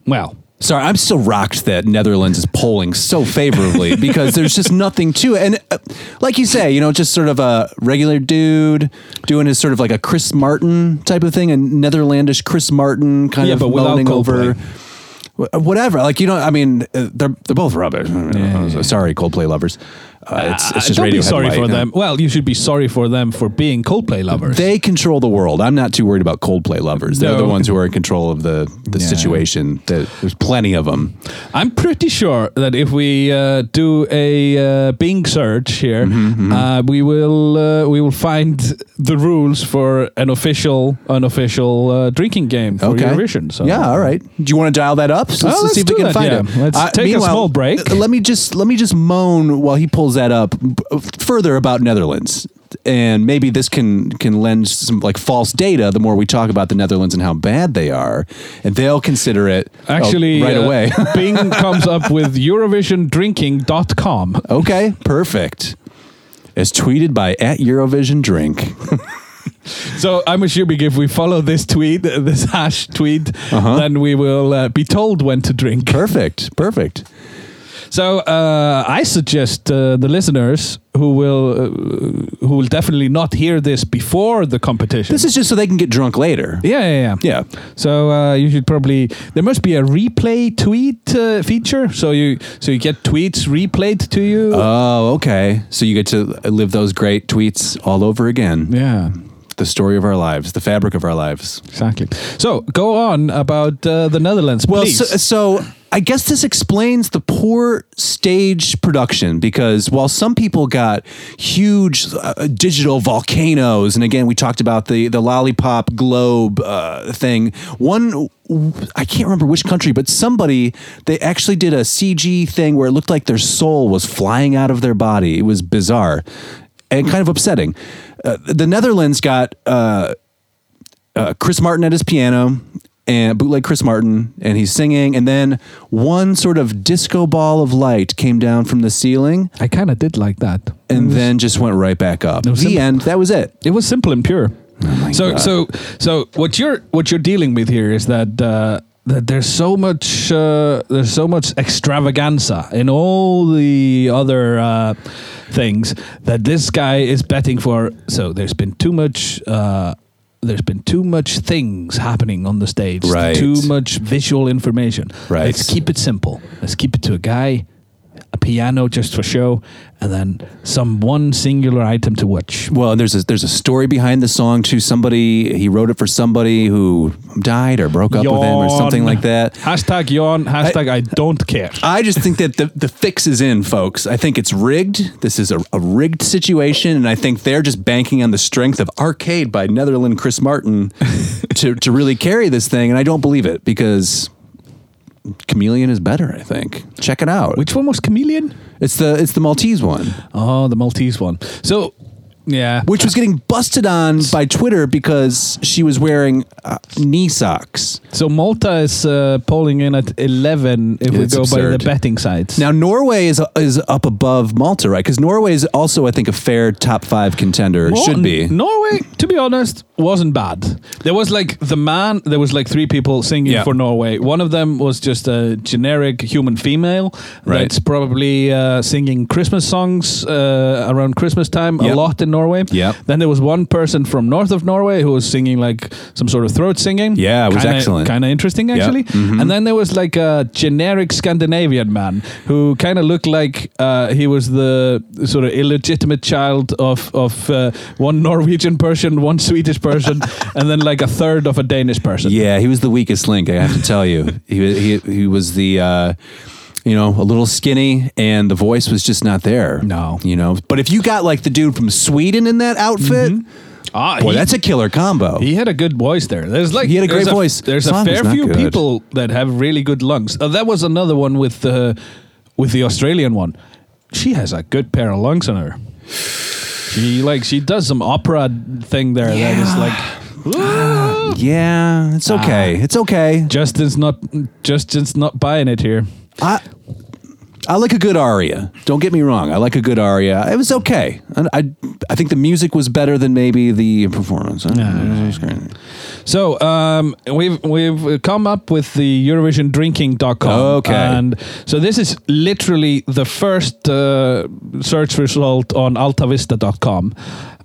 well,
Sorry, I'm still rocked that Netherlands is polling so favorably because there's just nothing to it. And uh, like you say, you know, just sort of a regular dude doing his sort of like a Chris Martin type of thing, a Netherlandish Chris Martin kind
Yeah,
of
but without
moaning over
Coldplay.
wh- whatever. Like you know, I mean, uh, they're they're both rubbish. Uh, Sorry, Coldplay lovers. Uh, it's, it's
uh,
just
don't
radio
be sorry for
headlight.
them. Well, you should be sorry for them for being Coldplay lovers.
They control the world. I'm not too worried about Coldplay lovers. They're
No.
the ones who are in control of the the
Yeah.
situation. There- There's plenty of them.
I'm pretty sure that if we uh, do a uh, Bing search here,
Mm-hmm,
Uh, we will uh, we will find the rules for an official unofficial uh, drinking game for Eurovision. So
Yeah, all right. Do you want to dial that up? So
Well, let's
see if
do
we can
that,
find
yeah.
it.
Let's take a
meanwhile,
small break.
uh, Let me just let me just moan while he pulls that up b- further about Netherlands. And maybe this can can lend some like false data the more we talk about the Netherlands and how bad they are. And they'll consider it oh,
Actually,
right
uh,
away.
Bing comes up with EurovisionDrinking.com.
okay, perfect. As tweeted by at Eurovision Drink.
So I'm assuming if we follow this tweet, uh, this hash tweet, then we will uh, be told when to drink.
Uh-huh. Perfect. Perfect.
So uh, I suggest uh, the listeners who will uh, who will definitely not hear this before the competition.
This is just so they can get drunk later.
yeah, yeah, yeah.
Yeah.
So uh, you should probably there must be a replay tweet uh, feature. So you so you get tweets replayed to you.
Oh, okay. So you get to live those great tweets all over again.
yeah,
the story of our lives, the fabric of our lives.
exactly. So go on about uh, the Netherlands,
Well,
please.
so, uh, so I guess this explains the poor stage production because while some people got huge uh, digital volcanoes, and again we talked about the the lollipop globe uh, thing, one I can't remember which country, but somebody they actually did a CG thing where it looked like their soul was flying out of their body. It was bizarre and kind of upsetting. Uh, the Netherlands got. Uh, uh, Chris Martin at his piano and bootleg Chris Martin, and he's singing. And then one sort of disco ball of light came down from the ceiling
I kind of did like that.
and then just went right back up. The
was simple.
end. That was it.
It was simple and pure. so
Oh God.
so so what you're what you're dealing with here is that uh, that there's so much uh, there's so much extravaganza in all the other uh, things that this guy is betting for. So there's been too much. Uh, there's been too much things happening on the stage.
Right.
Too much visual information.
Right.
Let's keep it simple. Let's keep it to a guy, a piano just for show, and then some one singular item to watch.
Well, and there's a, there's a story behind the song too. Somebody he wrote it for somebody who died or broke up with him or something
Yawn.
like that.
Hashtag yawn. Hashtag I, don't care.
I just think that the, the fix is in, folks. I think it's rigged. This is a, a rigged situation, and I think they're just banking on the strength of Arcade by Netherland Chris Martin to, to really carry this thing, and I don't believe it because Chameleon is better, I think. Check it out.
Which one was Chameleon?
It's the it's the Maltese one.
Oh, the Maltese one. So, yeah.
Which was getting busted on by Twitter because she was wearing uh, knee socks.
So Malta is uh, polling in at 11 if we
It's
go by
absurd.
the betting sites.
Now Norway is is up above Malta, right? Because Norway is also, I think, a fair top five contender.
Well,
Should be.
N- Norway, to be honest, wasn't bad. There was like the man, there was like three people singing
Yeah.
for Norway. One of them was just a generic human female
Right.
that's probably uh, singing Christmas songs uh, around Christmas time a
Yep.
lot in Norway.
Yep.
Then there was one person from north of Norway who was singing like some sort of throat singing.
Yeah, it was
Kinda-
excellent.
Kind of interesting,
Yep.
actually.
Mhm.
And then there was like a generic Scandinavian man who kind of looked like uh, he was the sort of illegitimate child of of uh, one Norwegian person, one Swedish person, and then like a third of a Danish person.
Yeah, he was the weakest link. I have to tell you, he wa- he he was the. Uh, you know, a little skinny, and the voice was just not there.
No.
you know. But if you got like the dude from Sweden in that outfit,
Ah,
boy,
he-
that's a killer combo.
He had a good voice there. There's like
He had a
there's
great voice.
There's
Song
a
is
fair
not
few
good.
people that have really good lungs. Uh, that was another one with uh, the with the Australian one. She has a good pair of lungs on her. She like she does some opera thing there that is like
Yeah, it's
Ah.
okay. it's okay.
Justin's not Justin's not buying it here.
I I like a good aria. Don't get me wrong. I like a good aria. It was okay. I I, I think the music was better than maybe the performance. It was great.
So um, we've we've come up with the Eurovision drinking.com.
Okay.
And so this is literally the first uh, search result on altavista.com.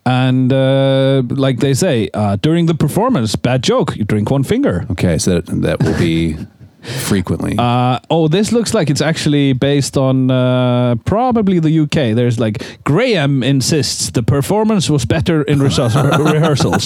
And uh, like they say, uh, during the performance, bad joke, you drink one finger.
Okay, so that that will be frequently.
Uh, oh, this looks like it's actually based on uh, probably the UK. There's like Graham insists the performance was better in rehearsal- rehearsals.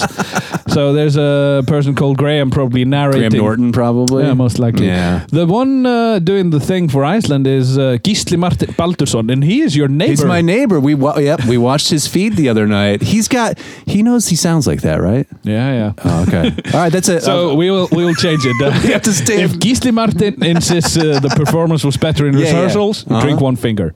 So there's a person called Graham probably narrating.
Graham Norton, probably.
Yeah, most likely.
Yeah.
The one uh, doing the thing for Iceland is uh, Gisli Marti Baldursson, and he is your neighbor.
He's my neighbor. We wa- yep, we watched his feed the other night. He's got he knows he sounds like that, right?
Yeah, yeah.
Oh, okay. All right, that's it.
So
Um,
we will we will change it. Uh,
We have to stay-
If Gisli Martin insists uh, the performance was better in
Yeah, yeah.
rehearsals,
Uh-huh.
drink one finger.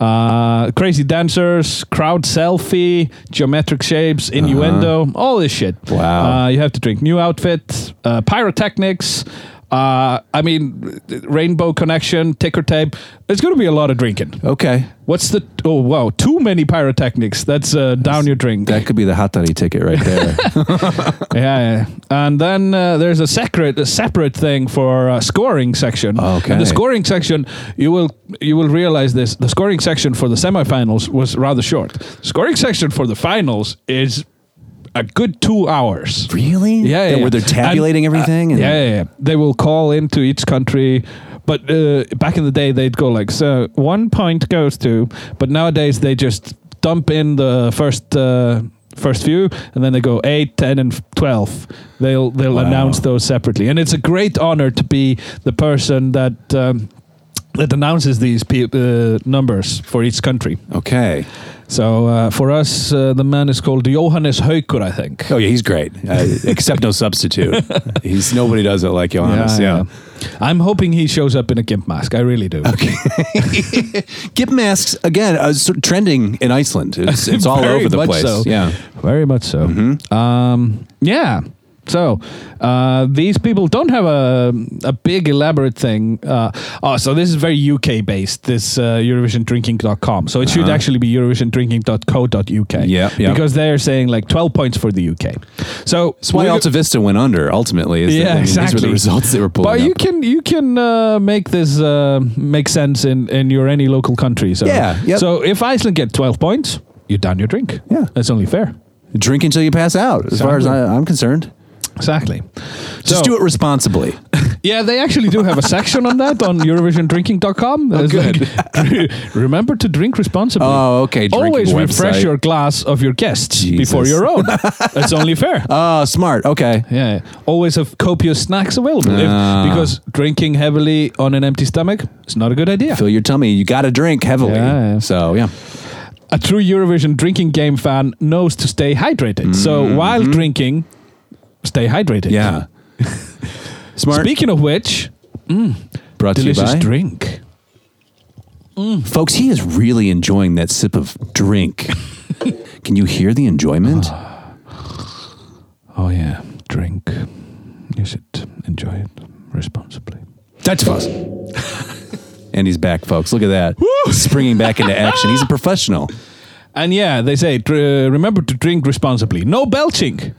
Uh, crazy dancers, crowd selfie, geometric shapes, innuendo, all this shit.
Uh-huh. Wow.
Uh, you have to drink new outfit, uh, pyrotechnics. Uh, I mean, rainbow connection, ticker tape. It's going to be a lot of drinking.
okay.
What's the? Oh wow, too many pyrotechnics. That's uh, down your drink.
That could be the Hatari ticket right there.
Yeah, yeah. and then uh, there's a separate a separate thing for uh, scoring section.
Okay.
And the scoring section, you will you will realize this. The scoring section for the semifinals was rather short. Scoring section for the finals is a good two hours.
really?
Yeah, yeah,
Where
yeah.
they're tabulating
And, uh,
everything. and-
yeah, yeah, yeah. They will call into each country. But uh, back in the day, they'd go like, so one point goes to. But nowadays, they just dump in the first. Uh, First few, and then they go eight, ten, and f- twelve. They'll they'll
Wow.
announce those separately, and it's a great honor to be the person that um, that announces these pe- uh, numbers for each country.
Okay.
So uh, for us, uh, the man is called Johannes Haukur, I think.
Oh yeah, he's great. Uh, except no substitute. He's nobody does it like Johannes. Yeah.
I'm hoping he shows up in a gimp mask. I really do.
Gib masks again uh, sort of trending in Iceland. It's, it's all
Very
over the
much
place.
so.
Yeah.
Very much so. Um, yeah. So uh, these people don't have a a big elaborate thing. Uh, oh, so this is very UK based. This uh, EurovisionDrinking.com. So it should actually be EurovisionDrinking.co.uk.
Yeah, yeah.
Because they are saying like twelve points for the UK. So
That's why
we're-
Alta Vista went under ultimately. Is that, I mean, These were the results they were pulling.
But you
up.
can you can uh, make this uh, make sense in in your any local country. So
Yeah, yep.
So if Iceland get twelve points, you down your drink.
Yeah.
that's only fair.
drink until you pass out. As far as I, I'm concerned,
Exactly.
just
So-
do it responsibly.
Yeah, they actually do have a section on that on EurovisionDrinking.com. It's
Oh, good.
like, remember to drink responsibly.
Oh, okay, drinking
Always refresh
website.
your glass of your guests before
Jesus.
your own. That's only fair.
Oh, smart. Okay.
Yeah. Always have copious snacks available. If-
Ah.
because drinking heavily on an empty stomach is not a good idea.
Fill your tummy. You got to drink heavily.
Yeah, yeah.
So yeah.
a true Eurovision drinking game fan knows to stay hydrated. So while drinking, stay hydrated.
Mm-hmm. Yeah. smart.
Speaking of which,
Brought to you
delicious
by.
drink.
Folks, he is really enjoying that sip of drink. Can you hear the enjoyment?
Oh yeah, drink. Use it. Enjoy it responsibly.
That's us. and he's back, folks. Look at that. Springing back into action. He's a professional.
And yeah, they say dr- uh, remember to drink responsibly. No belching.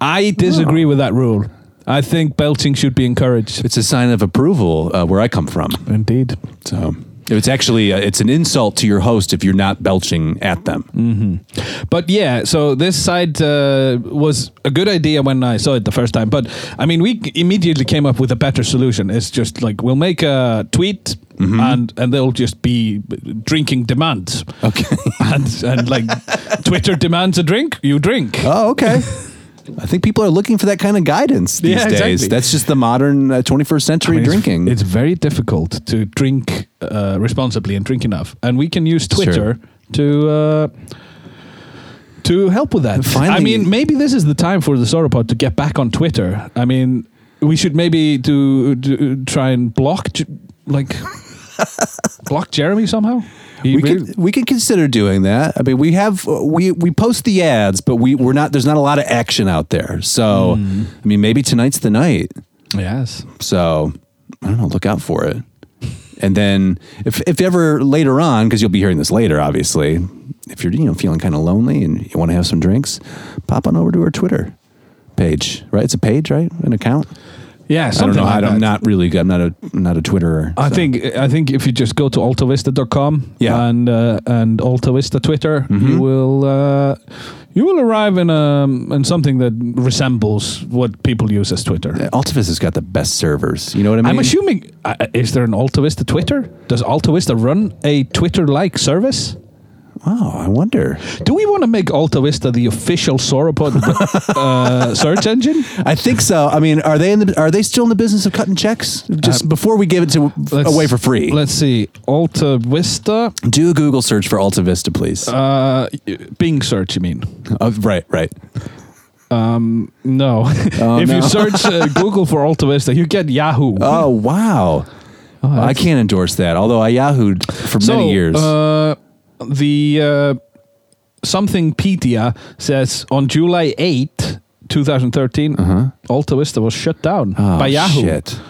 I disagree with that rule. I think belching should be encouraged.
It's a sign of approval uh, where I come from.
Indeed.
So it's actually uh, it's an insult to your host if you're not belching at them.
Mm. But yeah, so this side uh, was a good idea when I saw it the first time. But I mean, we immediately came up with a better solution. It's just like we'll make a tweet, and and they'll just be drinking demands,
Okay.
and and like Twitter demands a drink, you drink.
Oh, okay. I think people are looking for that kind of guidance these
Yeah,
days.
exactly.
That's just the modern uh, 21st century
I mean, it's-
drinking.
It's, very difficult to drink uh, responsibly and drink enough, and we can use
Sure.
Twitter to. Uh, to help with that,
Finally-
I mean, maybe this is the time for the sauropod to get back on Twitter. I mean, we should maybe do, do try and block, J- like, block Jeremy somehow. You
we
really-
could we could consider doing that. I mean, we have uh, we we post the ads, but we we're not. There's not a lot of action out there. So,
Mm.
I mean, maybe tonight's the night.
Yes.
So I don't know. Look out for it. And then if if ever later on, because you'll be hearing this later, obviously, if you're you know feeling kind of lonely and you want to have some drinks, pop on over to our Twitter page. Right, it's a page, right? An account.
Yeah. something
I don't know.
like
I don't-
that.
I'm not really. I'm not a I'm not a Twitterer.
I
so.
think I think if you just go to altavista.com
Yeah. Mm-hmm.
and uh, and altavista Twitter, you will uh, you will arrive in um in something that resembles what people use as Twitter.
Altavis has got the best servers. You know what I mean?
I'm assuming uh, is there an altavista Twitter? Does altavista run a Twitter like service?
Wow, I wonder.
Do we want to make altavista the official sauropod uh, search engine?
I think so. I mean, are they in the are they still in the business of cutting checks? Just before we give it to
Let's-
away for free.
Let's see. altavista
do a Google search for Alta Vista, please.
uh, Bing search, you mean?
Uh, right, right.
No. if you search uh, Google for AltaVista, you get Yahoo.
Oh wow. I can't endorse that, although I Yahooed for
so,
many years.
Uh, the uh, something Petia says on July 8, 2013, AltaVista was shut down
Uh-huh. Oh,
by Yahoo.
Shit.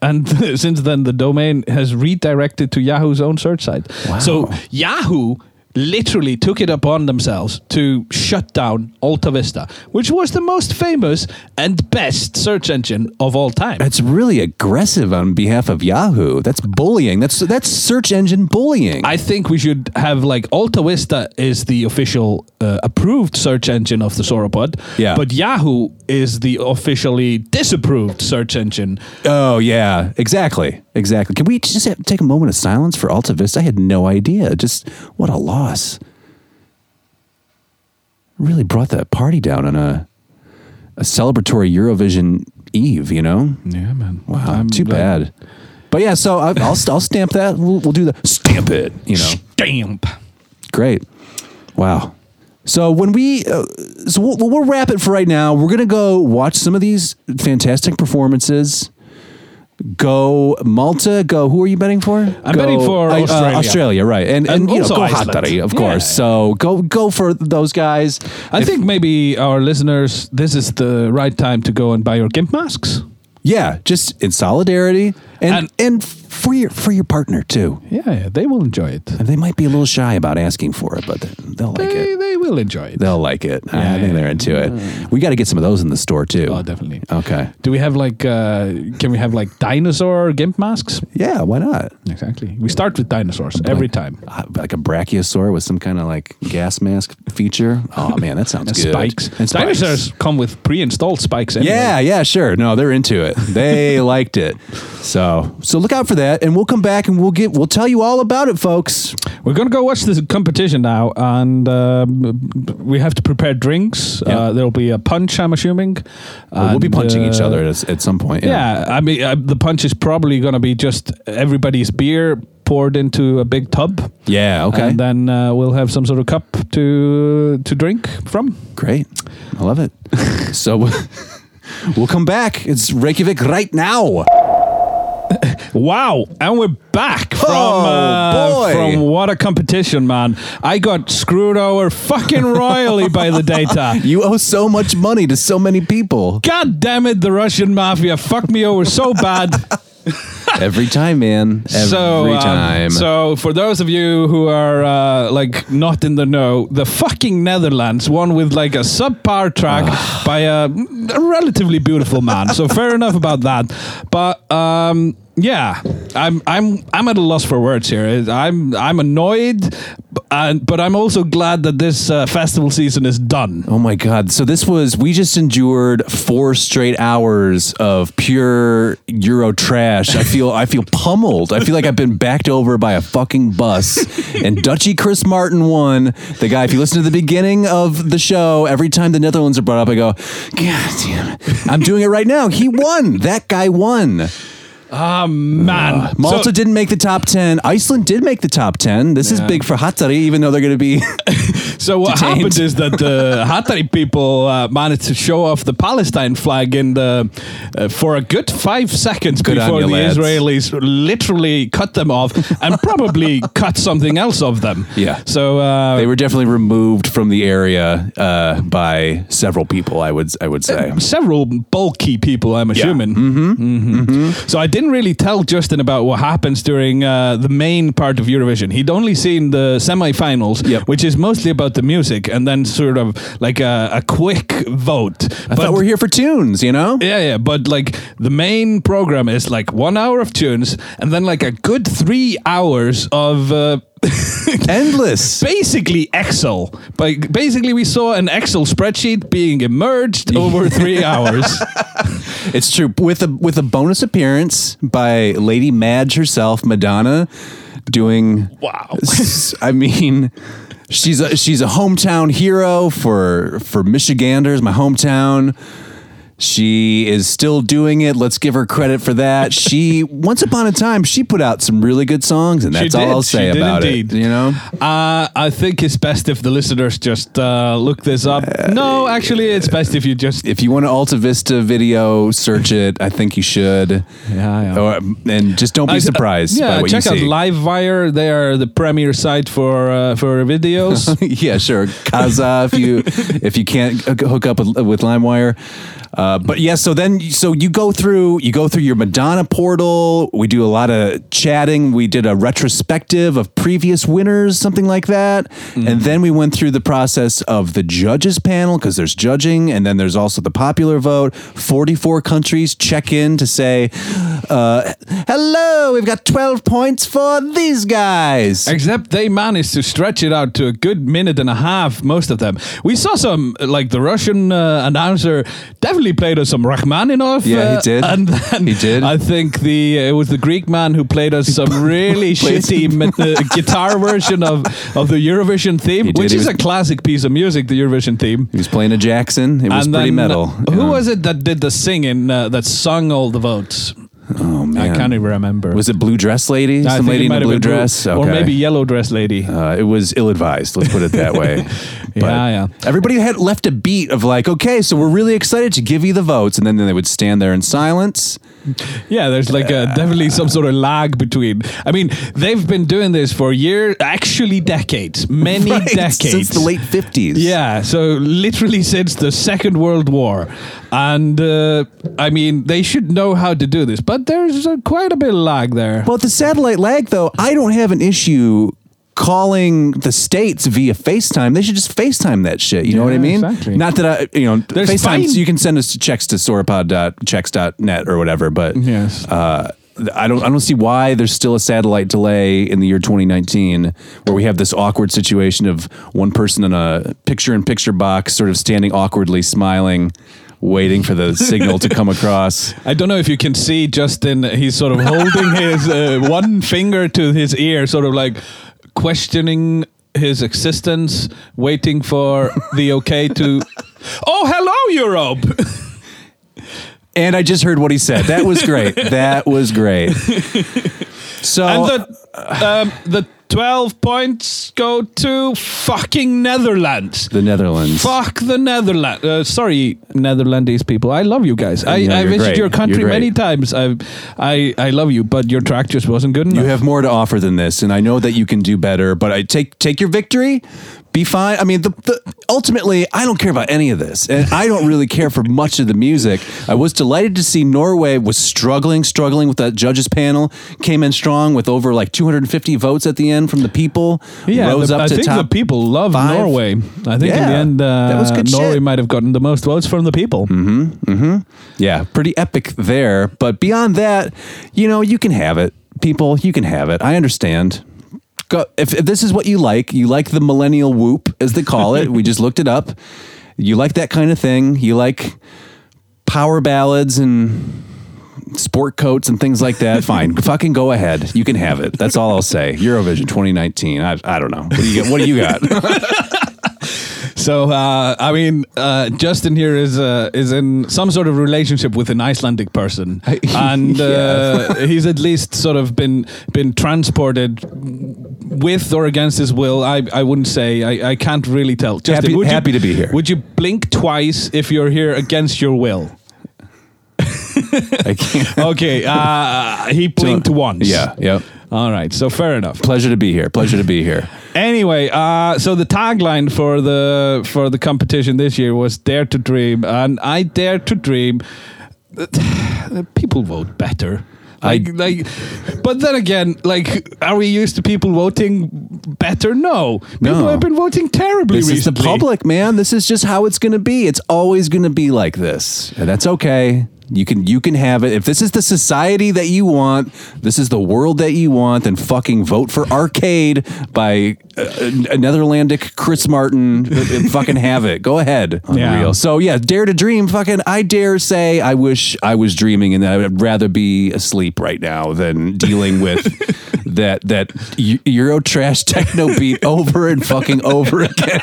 And since then, the domain has redirected to Yahoo's own search site.
Wow.
So Yahoo literally took it upon themselves to shut down AltaVista, which was the most famous and best search engine of all time.
That's really aggressive on behalf of Yahoo. That's bullying. That's that's search engine bullying.
I think we should have like AltaVista is the official uh, approved search engine of the sauropod.
Yeah.
But Yahoo is the officially disapproved search engine.
Oh yeah, exactly, exactly. Can we just have, take a moment of silence for Alta Vista? I had no idea. Just what a loss. Really brought that party down on a a celebratory Eurovision eve. You know?
Yeah, man.
Wow, too bad. But yeah, so I, I'll I'll stamp that. We'll, we'll do the stamp it. You know,
Stamp.
great. Wow. So when we, uh, so we'll, we'll wrap it for right now. We're gonna go watch some of these fantastic performances. Go Malta. Go. Who are you betting for?
I'm betting for Australia.
Australia, right? And and,
And
you know,
also
go
Iceland.
Hattari, of
Yeah.
course. So go go for those guys.
I
If-
think maybe our listeners, this is the right time to go and buy your GIMP masks.
yeah, just in solidarity and
And-
and, for your for your partner too.
Yeah, yeah they will enjoy it.
And they might be a little shy about asking for it, but they'll like it.
They, they will enjoy it.
They'll like it. I
Yeah,
think
yeah.
they're into it. We got to get some of those in the store too.
Oh, definitely.
Okay.
Do we have like, uh, can we have like dinosaur GIMP masks?
Yeah, why not?
Exactly. We start with dinosaurs every time.
Uh, Like a brachiosaur with some kind of like gas mask feature. Oh man, that sounds
and
good.
spikes.
And spikes.
Dinosaurs come with pre-installed spikes. Anyway.
Yeah, yeah, sure. No, they're into it. They liked it. So, so look out for that, and we'll come back and we'll get we'll tell you all about it, folks.
we're gonna go watch this competition now, and um, we have to prepare drinks.
Yeah.
Uh, there'll be a punch, I'm assuming.
we'll be
And,
punching each
uh,
other at, at some point.
Yeah, I mean uh, the punch is probably gonna be just everybody's beer poured into a big tub.
Yeah. Okay.
And then uh, we'll have some sort of cup to to drink from.
Great. I love it. so, we'll come back. It's Reykjavik right now.
Wow, and we're back from
Oh,
uh,
boy.
from what a competition, man! I got screwed over fucking royally by the data.
You owe so much money to so many people.
God damn it, the Russian mafia fucked me over so bad.
Every time, man. Every
so, um,
time.
so for those of you who are uh, like not in the know, the fucking Netherlands won with like a subpar track
Ah.
by a, a relatively beautiful man. so fair enough about that, but. Um, yeah, I'm I'm I'm at a loss for words here. I'm I'm annoyed, b- and but I'm also glad that this uh, festival season is done.
oh my God. So this was, we just endured four straight hours of pure Euro trash. I feel, I feel pummeled. I feel like I've been backed over by a fucking bus. And Dutchy Chris Martin won. The guy, if you listen to the beginning of the show, every time the Netherlands are brought up, I go, God damn it. I'm doing it right now. He won. That guy won.
Man,
Malta
So-
didn't make the top 10. Iceland did make the top 10. This is
Yeah.
big for Hattari, even though they're going to be.
So what
detained.
happened is that the Hattari people uh, managed to show off the Palestine flag in the uh, for a good five seconds
Good on
before
you,
the
lads.
Israelis literally cut them off and probably cut something else of them.
Yeah.
So uh,
they were definitely removed from the area uh, by several people, I would, I would say.
several bulky people, I'm assuming.
Mm-hmm.
Mm-hmm. So I didn't really tell Justin about what happens during uh, the main part of Eurovision. He'd only seen the semifinals,
Yep.
which is mostly about the music and then sort of like a, a quick vote.
I thought we're here for tunes, you know?
Yeah, yeah, but like the main program is like one hour of tunes and then like a good three hours of. Uh,
Endless.
Basically, Excel. Like, basically, we saw an Excel spreadsheet being emerged over three hours.
It's true. With a with a bonus appearance by Lady Madge herself, Madonna, doing.
Wow.
S- I mean, she's a she's a hometown hero for for Michiganders, my hometown. She is still doing it. Let's give her credit for that. She once upon a time she put out some really good songs, and
She
that's all
did.
I'll
She
say
did
about
indeed.
it. You know,
Uh, I think it's best if the listeners just uh, look this up. no, actually, it's best if you just.
if you want an Alta Vista video, search it. I think you should.
Yeah, yeah.
Or, and just don't be
I- uh,
surprised.
yeah,
by what
check
you
out
see.
Livewire. They are the premier site for uh, for videos.
yeah, sure. Kaza, if you if you can't hook up with, with LimeWire. Uh, but yeah, so then so you go through you go through your Madonna portal. We do a lot of chatting. We did a retrospective of previous winners, something like that, and then we went through the process of the judges panel because there's judging, and then there's also the popular vote. Forty four countries check in to say, uh, "Hello, we've got twelve points for these guys."
Except they managed to stretch it out to a good minute and a half, most of them. We saw some, like the Russian uh, announcer definitely played us some Rachmaninoff.
Yeah, he
uh,
did.
And then
He did.
I think the uh, it was the Greek man who played us some really
played
shitty mi- uh, guitar version of, of the Eurovision theme,
He did.
which
He
is
was-
a classic piece of music, the Eurovision theme.
He was playing a Jackson. It was
and
pretty
then, uh,
metal. Oh,
Who was it that did the singing, uh, that sung all the votes?
Oh man,
I can't even remember.
Was it blue dress lady?
I
Some
think
lady
it
in
might
a
have
blue
been blue-
dress,
Or
Okay.
maybe yellow dress lady.
Uh, it was ill-advised. Let's put it that way. But
Yeah, yeah.
Everybody had left a beat of like, okay, so we're really excited to give you the votes, and then they would stand there in silence.
Yeah, there's like a, definitely some sort of lag between. I mean, they've been doing this for years, actually decades, many
Right,
decades
since the late fifties.
Yeah, so literally since the Second World War, and uh, I mean, they should know how to do this, but there's uh, quite a bit of lag there.
Well, with the satellite lag, though, I don't have an issue calling the states via FaceTime. They should just FaceTime that shit. You know what I
Yeah,
mean?
exactly.
Not that I, you know,
There's
FaceTime.
fine-
You can send us to checks to sauropod.checks.net or whatever. But
Yes.
uh, I don't. I don't see why there's still a satellite delay in the year 2019, where we have this awkward situation of one person in a picture-in-picture box, sort of standing awkwardly, smiling, waiting for the signal to come across.
I don't know if you can see Justin. He's sort of holding his uh, one finger to his ear, sort of like questioning his existence, waiting for the okay to. Oh, hello, Europe.
And I just heard what he said. That was great. that was great. So
And the um, the twelve points go to fucking Netherlands.
the Netherlands.
Fuck the Netherlands. Uh, sorry, Netherlandese people. I love you guys. I,
Yeah,
I
you're
visited
great.
your country
You're great.
many times. I, I I love you, but your track just wasn't good enough.
You have more to offer than this, and I know that you can do better. But I take take your victory. Be fine. I mean, the, the ultimately, I don't care about any of this, and I don't really care for much of the music. I was delighted to see Norway was struggling, struggling with that judges panel. Came in strong with over like 250 votes at the end from the people.
yeah,
rose
the-
up
I
to
think
top.
the people love
five.
Norway. I think in
Yeah,
the end, uh,
that was good
Norway
shit.
might have gotten the most votes from the people.
Yeah, pretty epic there. But beyond that, you know, you can have it, people. You can have it. I understand. Go, if, if this is what you like, you like the millennial whoop, as they call it. we just looked it up. You like that kind of thing. You like power ballads and sport coats and things like that. Fine, fucking go ahead. You can have it. That's all I'll say. Eurovision 2019. I, I don't know. What do you got? What do you got?
So uh, I mean, uh, Justin here is uh, is in some sort of relationship with an Icelandic person, and uh, he's at least sort of been been transported with or against his will. I, I wouldn't say I, I can't really tell. Justin,
Happy-
would you-
happy to be here.
Would you blink twice if you're here against your will?
I can't.
Okay, uh, he blinked once.
Yeah, yeah.
All right, so fair enough.
Pleasure to be here. Pleasure to be here.
Anyway, uh, so the tagline for the for the competition this year was "Dare to Dream," and I dare to dream. People vote better.
I-
Like, like, but then again, like, are we used to people voting better? No, people
No.
have been voting terribly
This is the
recently.
public, man. This is just how it's going to be. It's always going to be like this, and that's okay. You can you can have it. If this is the society that you want, this is the world that you want, then fucking vote for Arcade by uh, a Netherlandic Chris Martin. and fucking have it. Go ahead.
Yeah.
Unreal. So yeah, dare to dream. Fucking, I dare say, I wish I was dreaming, and that I would rather be asleep right now than dealing with that that Eu- Euro trash techno beat over and fucking over again.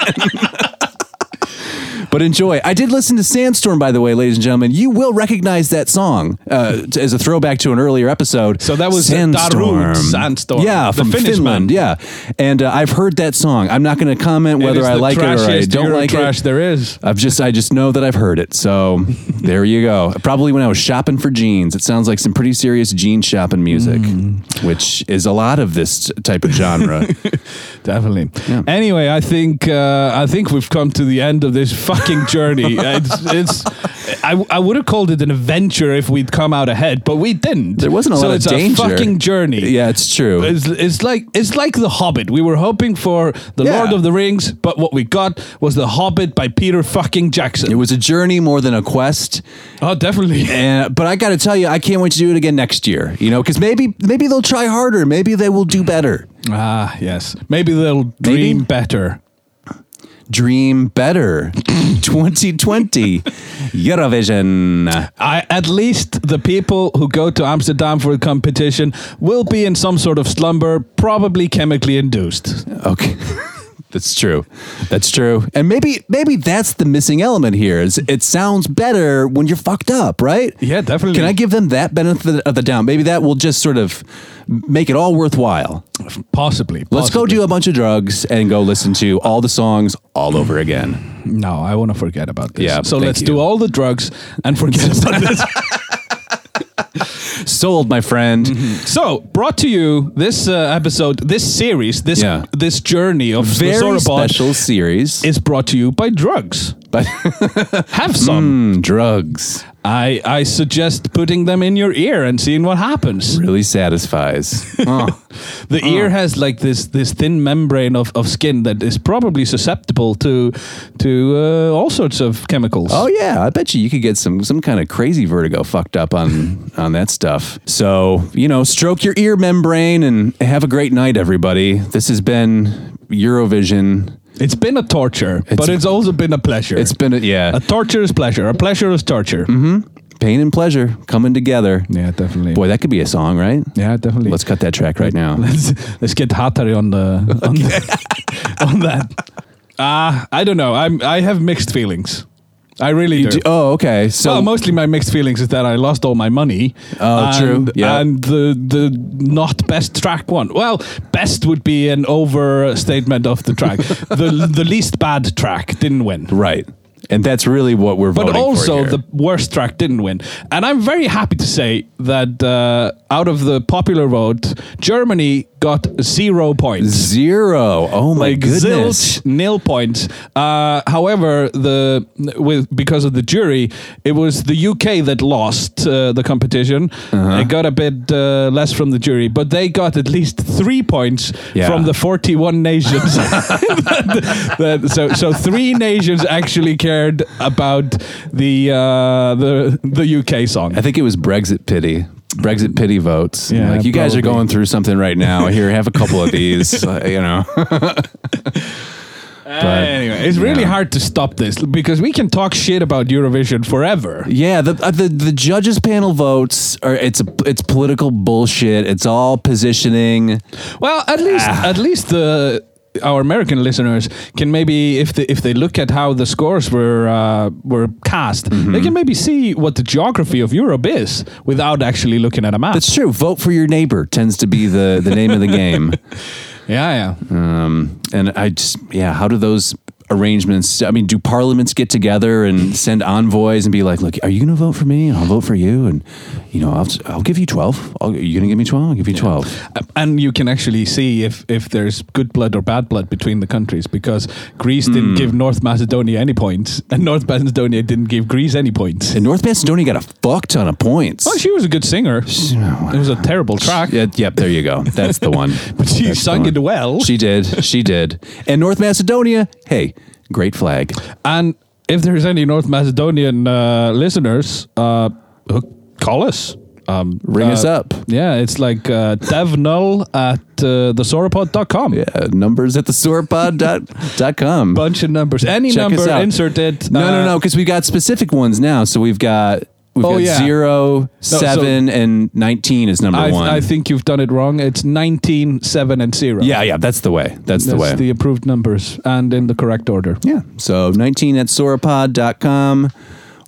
But enjoy. I did listen to Sandstorm, by the way, ladies and gentlemen. You will recognize that song uh, t- as a throwback to an earlier episode.
So that was uh, Darude Sandstorm.
Yeah,
The
from
Finnish
Finland.
man.
Yeah, and uh, I've heard that song. I'm not going to comment
It
whether
is
I
the
like it or I
trashiest
don't
Euro
like
trash
it.
There is.
I've just I just know that I've heard it. So there you go. Probably when I was shopping for jeans. It sounds like some pretty serious jean shopping music,
Mm.
which is a lot of this type of genre.
Definitely.
Yeah.
Anyway, I think uh, I think we've come to the end of this fucking journey. it's, it's I, I would have called it an adventure if we'd come out ahead, but we didn't.
There wasn't a
so
lot
it's
of danger.
A fucking journey.
yeah, it's true.
It's, it's like it's like the Hobbit. We were hoping for the
Yeah.
Lord of the Rings, but what we got was the Hobbit by Peter fucking Jackson.
it was a journey more than a quest.
oh, definitely.
And, but I got to tell you, I can't wait to do it again next year. You know, because maybe maybe they'll try harder. Maybe they will do better.
ah, yes. Maybe they'll dream better.
Dream better. 2020 Eurovision.
I, at least the people who go to Amsterdam for a competition will be in some sort of slumber, probably chemically induced.
Okay. That's true. That's true. And maybe maybe that's the missing element here. Is it sounds better when you're fucked up, right?
Yeah, definitely.
Can I give them that benefit of the doubt? Maybe that will just sort of make it all worthwhile.
Possibly.
Let's go
possibly.
do a bunch of drugs and go listen to all the songs all over again.
No, I want to forget about this.
Yeah,
so
thank
let's
you.
do all the drugs and forget about this.
Sold, my friend.
So, brought to you this uh, episode, this series, this
Yeah.
this journey of
Very
Sorobot
special series.
is brought to you by drugs.
But Hmm,
Have some.
drugs
I I suggest putting them in your ear and seeing what happens.
really satisfies. Oh.
The ear has like this this thin membrane of, of skin that is probably susceptible to to uh, all sorts of chemicals.
Oh yeah, I bet you you could get some some kind of crazy vertigo fucked up on on that stuff. So you know, stroke your ear membrane and have a great night, everybody. This has been Eurovision.
It's been a torture, but it's also been a pleasure.
It's been a, yeah, Mm-hmm.
a torture is pleasure. A pleasure is torture.
pain and pleasure coming together.
Yeah, definitely.
Boy, that could be a song, right?
Yeah, definitely.
Let's cut that track right now.
let's, let's get Hatari on the on, the, on that. Ah, I don't know. I'm I have mixed feelings. I really do.
Oh, okay. So
well, mostly my mixed feelings is that I lost all my money.
Oh,
and,
true. Yeah.
And the the not best track one. Well, best would be an overstatement of the track. the the least bad track didn't win.
right, and that's really what we're
But
voting for
also
here.
the worst track didn't win, and I'm very happy to say that uh, out of the popular vote, Germany got zero points
zero. Oh my
like
goodness.
zilch, nil points. Uh, however, the with because of the jury, it was the UK that lost uh, the competition.
Uh-huh.
It got a bit uh, less from the jury, but they got at least three points
Yeah.
from the forty-one nations. That- that- so, so three nations actually cared about the uh, the the UK song.
I think it was Brexit pity. Brexit pity votes.
Yeah,
like you guys are
probably.
going through something right now. Here, have a couple of these. uh, you know. But-
anyway, it's really
yeah.
hard to stop this because we can talk shit about Eurovision forever.
Yeah, the, uh, the the judges panel votes are it's it's political bullshit. It's all positioning.
Well, at least at least the our American listeners can maybe, if they if they look at how the scores were uh, were cast, they can maybe see what the geography of Europe is without actually looking at a map.
That's true. Vote for your neighbor tends to be the, the name of the game.
yeah, yeah.
Um, and I just, yeah, how do those arrangements, I mean, do parliaments get together and send envoys and be like, look, are you going to vote for me? I'll vote for you. And, you know, I'll, I'll give you 12. I'll, you going to give me 12? I'll give you 12.
and you can actually see if if there's good blood or bad blood between the countries because Greece didn't give North Macedonia any points, and North Macedonia didn't give Greece any points.
And North Macedonia got a fuck ton of points.
Oh, she was a good singer. It was a terrible track,
Yeah, yep, there you go. That's the one.
but she
That's the
sung
one.
it well.
She did. She did. And North Macedonia, hey, great flag.
and if there's any North Macedonian uh, listeners, uh, hook- call us. Um,
Ring
uh,
us up.
Yeah, it's like uh, devnull at uh, thesauropod.com. Yeah.
Uh, numbers at the sorepod dot, dot com.
Bunch of numbers. Any
Check us
number
out.
inserted.
No,
uh,
no, no, because we've got specific ones now. So we've got we've
Oh,
got
yeah.
zero,
so-
seven, and nineteen is number one.
I, I think you've done it wrong. It's 19, 7, and 0.
yeah, yeah, that's the way. That's, the
That's
way.
the approved numbers and in the correct order.
yeah. So nineteen at sauropod.com.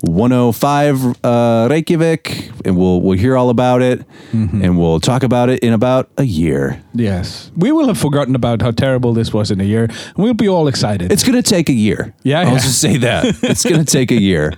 105 uh, Reykjavik, and we'll we'll hear all about it,
Mm-hmm.
and we'll talk about it in about a year.
Yes. We will have forgotten about how terrible this was in a year. and We'll be all excited.
It's going to take a year.
Yeah,
I'll
yeah.
just say that it's going to take a year.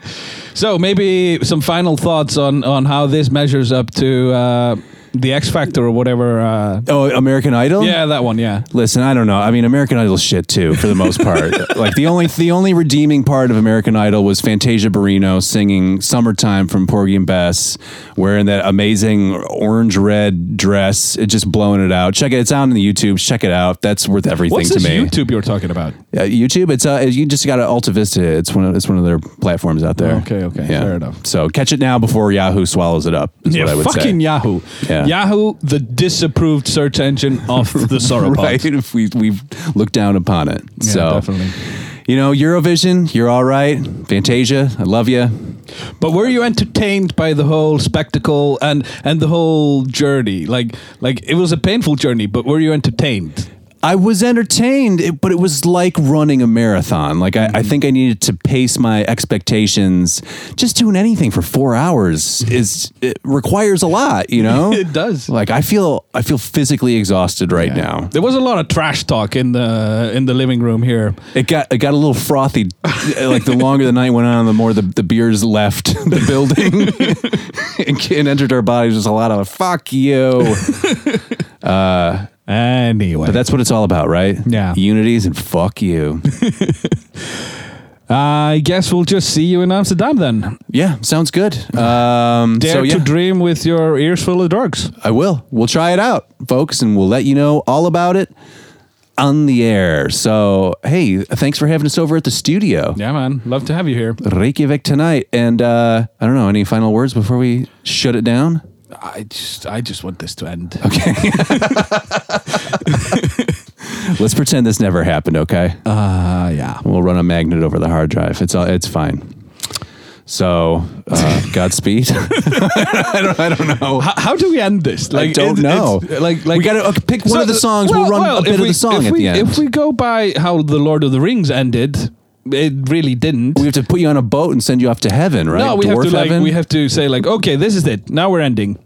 so maybe some final thoughts on, on how this measures up to uh, the X Factor or whatever. Uh,
Oh, American Idol.
yeah, that one. Yeah.
Listen, I don't know. I mean, American Idol's shit too, for the most part. like the only the only redeeming part of American Idol was Fantasia Barrino singing "Summertime" from Porgy and Bess, wearing that amazing orange red dress. It just blowing it out. Check it. It's on the YouTube. Check it out. That's worth everything
What's
to
this
me.
YouTube you're talking about?
Uh, YouTube. It's uh, you just got to Alta Vista. it. It's one of it's one of their platforms out there.
Okay, okay. Fair enough.
So catch it now before Yahoo swallows it up. Is what I would
fucking
say.
Yahoo.
Yeah.
Yahoo, the disapproved search engine of the Sauropod.
right? If we we've looked down upon it.
Yeah,
so
definitely.
You know, Eurovision, you're all right. Fantasia, I love you.
But were you entertained by the whole spectacle and and the whole journey? Like like it was a painful journey, but were you entertained?
I was entertained, it- but it was like running a marathon. Like I, I
Mm-hmm.
think I needed to pace my expectations. Just doing anything for four hours is it requires a lot, you know.
It does.
Like I feel, I feel physically exhausted right now.
There was a lot of trash talk in the in the living room here.
It got it got a little frothy. uh, like the longer the night went on, the more the, the beers left the building and, and entered our bodies. There's a lot of "fuck you,"
Anyway,
but that's what it's all about, right?
Yeah.
unities and "fuck you."
I guess we'll just see you in Amsterdam then.
yeah, sounds good. Um,
Dare
so yeah,
to dream with your ears full of drugs.
I will. We'll try it out, folks, and we'll let you know all about it on the air. So hey, thanks for having us over at the studio.
Yeah, man, love to have you here.
Reykjavik tonight, and uh, I don't know any final words before we shut it down.
I just I just want this to end.
Let's pretend this never happened, okay?
Ah, yeah.
We'll run a magnet over the hard drive. It's all, it's fine. So, uh, Godspeed. I, don't, I don't know.
How, how do we end this?
I don't know.
it's- Like, like
We gotta, okay, pick one of the songs. We'll run a bit
if
of the song
if
at
we,
the end.
If we go by how the Lord of the Rings ended, it really didn't.
We have to put you on a boat and send you off to heaven, right?
No, we have
Dwarf
to like
heaven?
we have to say like, okay, this is it. Now we're ending.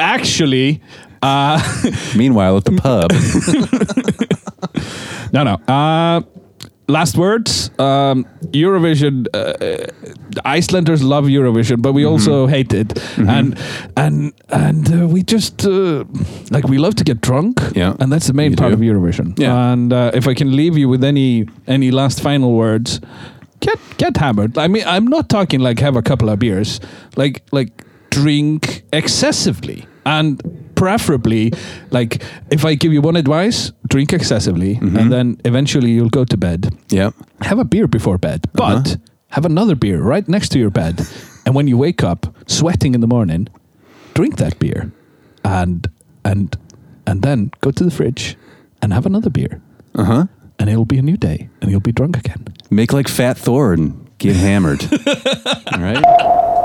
Actually, uh,
Meanwhile, at the pub,
no, no. Uh, last words. Um, Eurovision. Uh, Icelanders love Eurovision, but we also hate it, and and and uh, we just uh, like we love to get drunk.
Yeah.
and that's the main
You
part
do.
of Eurovision.
Yeah.
and uh, if I can leave you with any any last final words, get get hammered. I mean, I'm not talking like have a couple of beers, like like drink excessively and preferably like if i give you one advice drink excessively
Mm-hmm.
and then eventually you'll go to bed
yep.
have a beer before bed, but have another beer right next to your bed. and when you wake up sweating in the morning, drink that beer and and and then go to the fridge and have another beer.
Uh huh.
And it'll be a new day and you'll be drunk again.
Make like Fat Thor and get hammered. all right.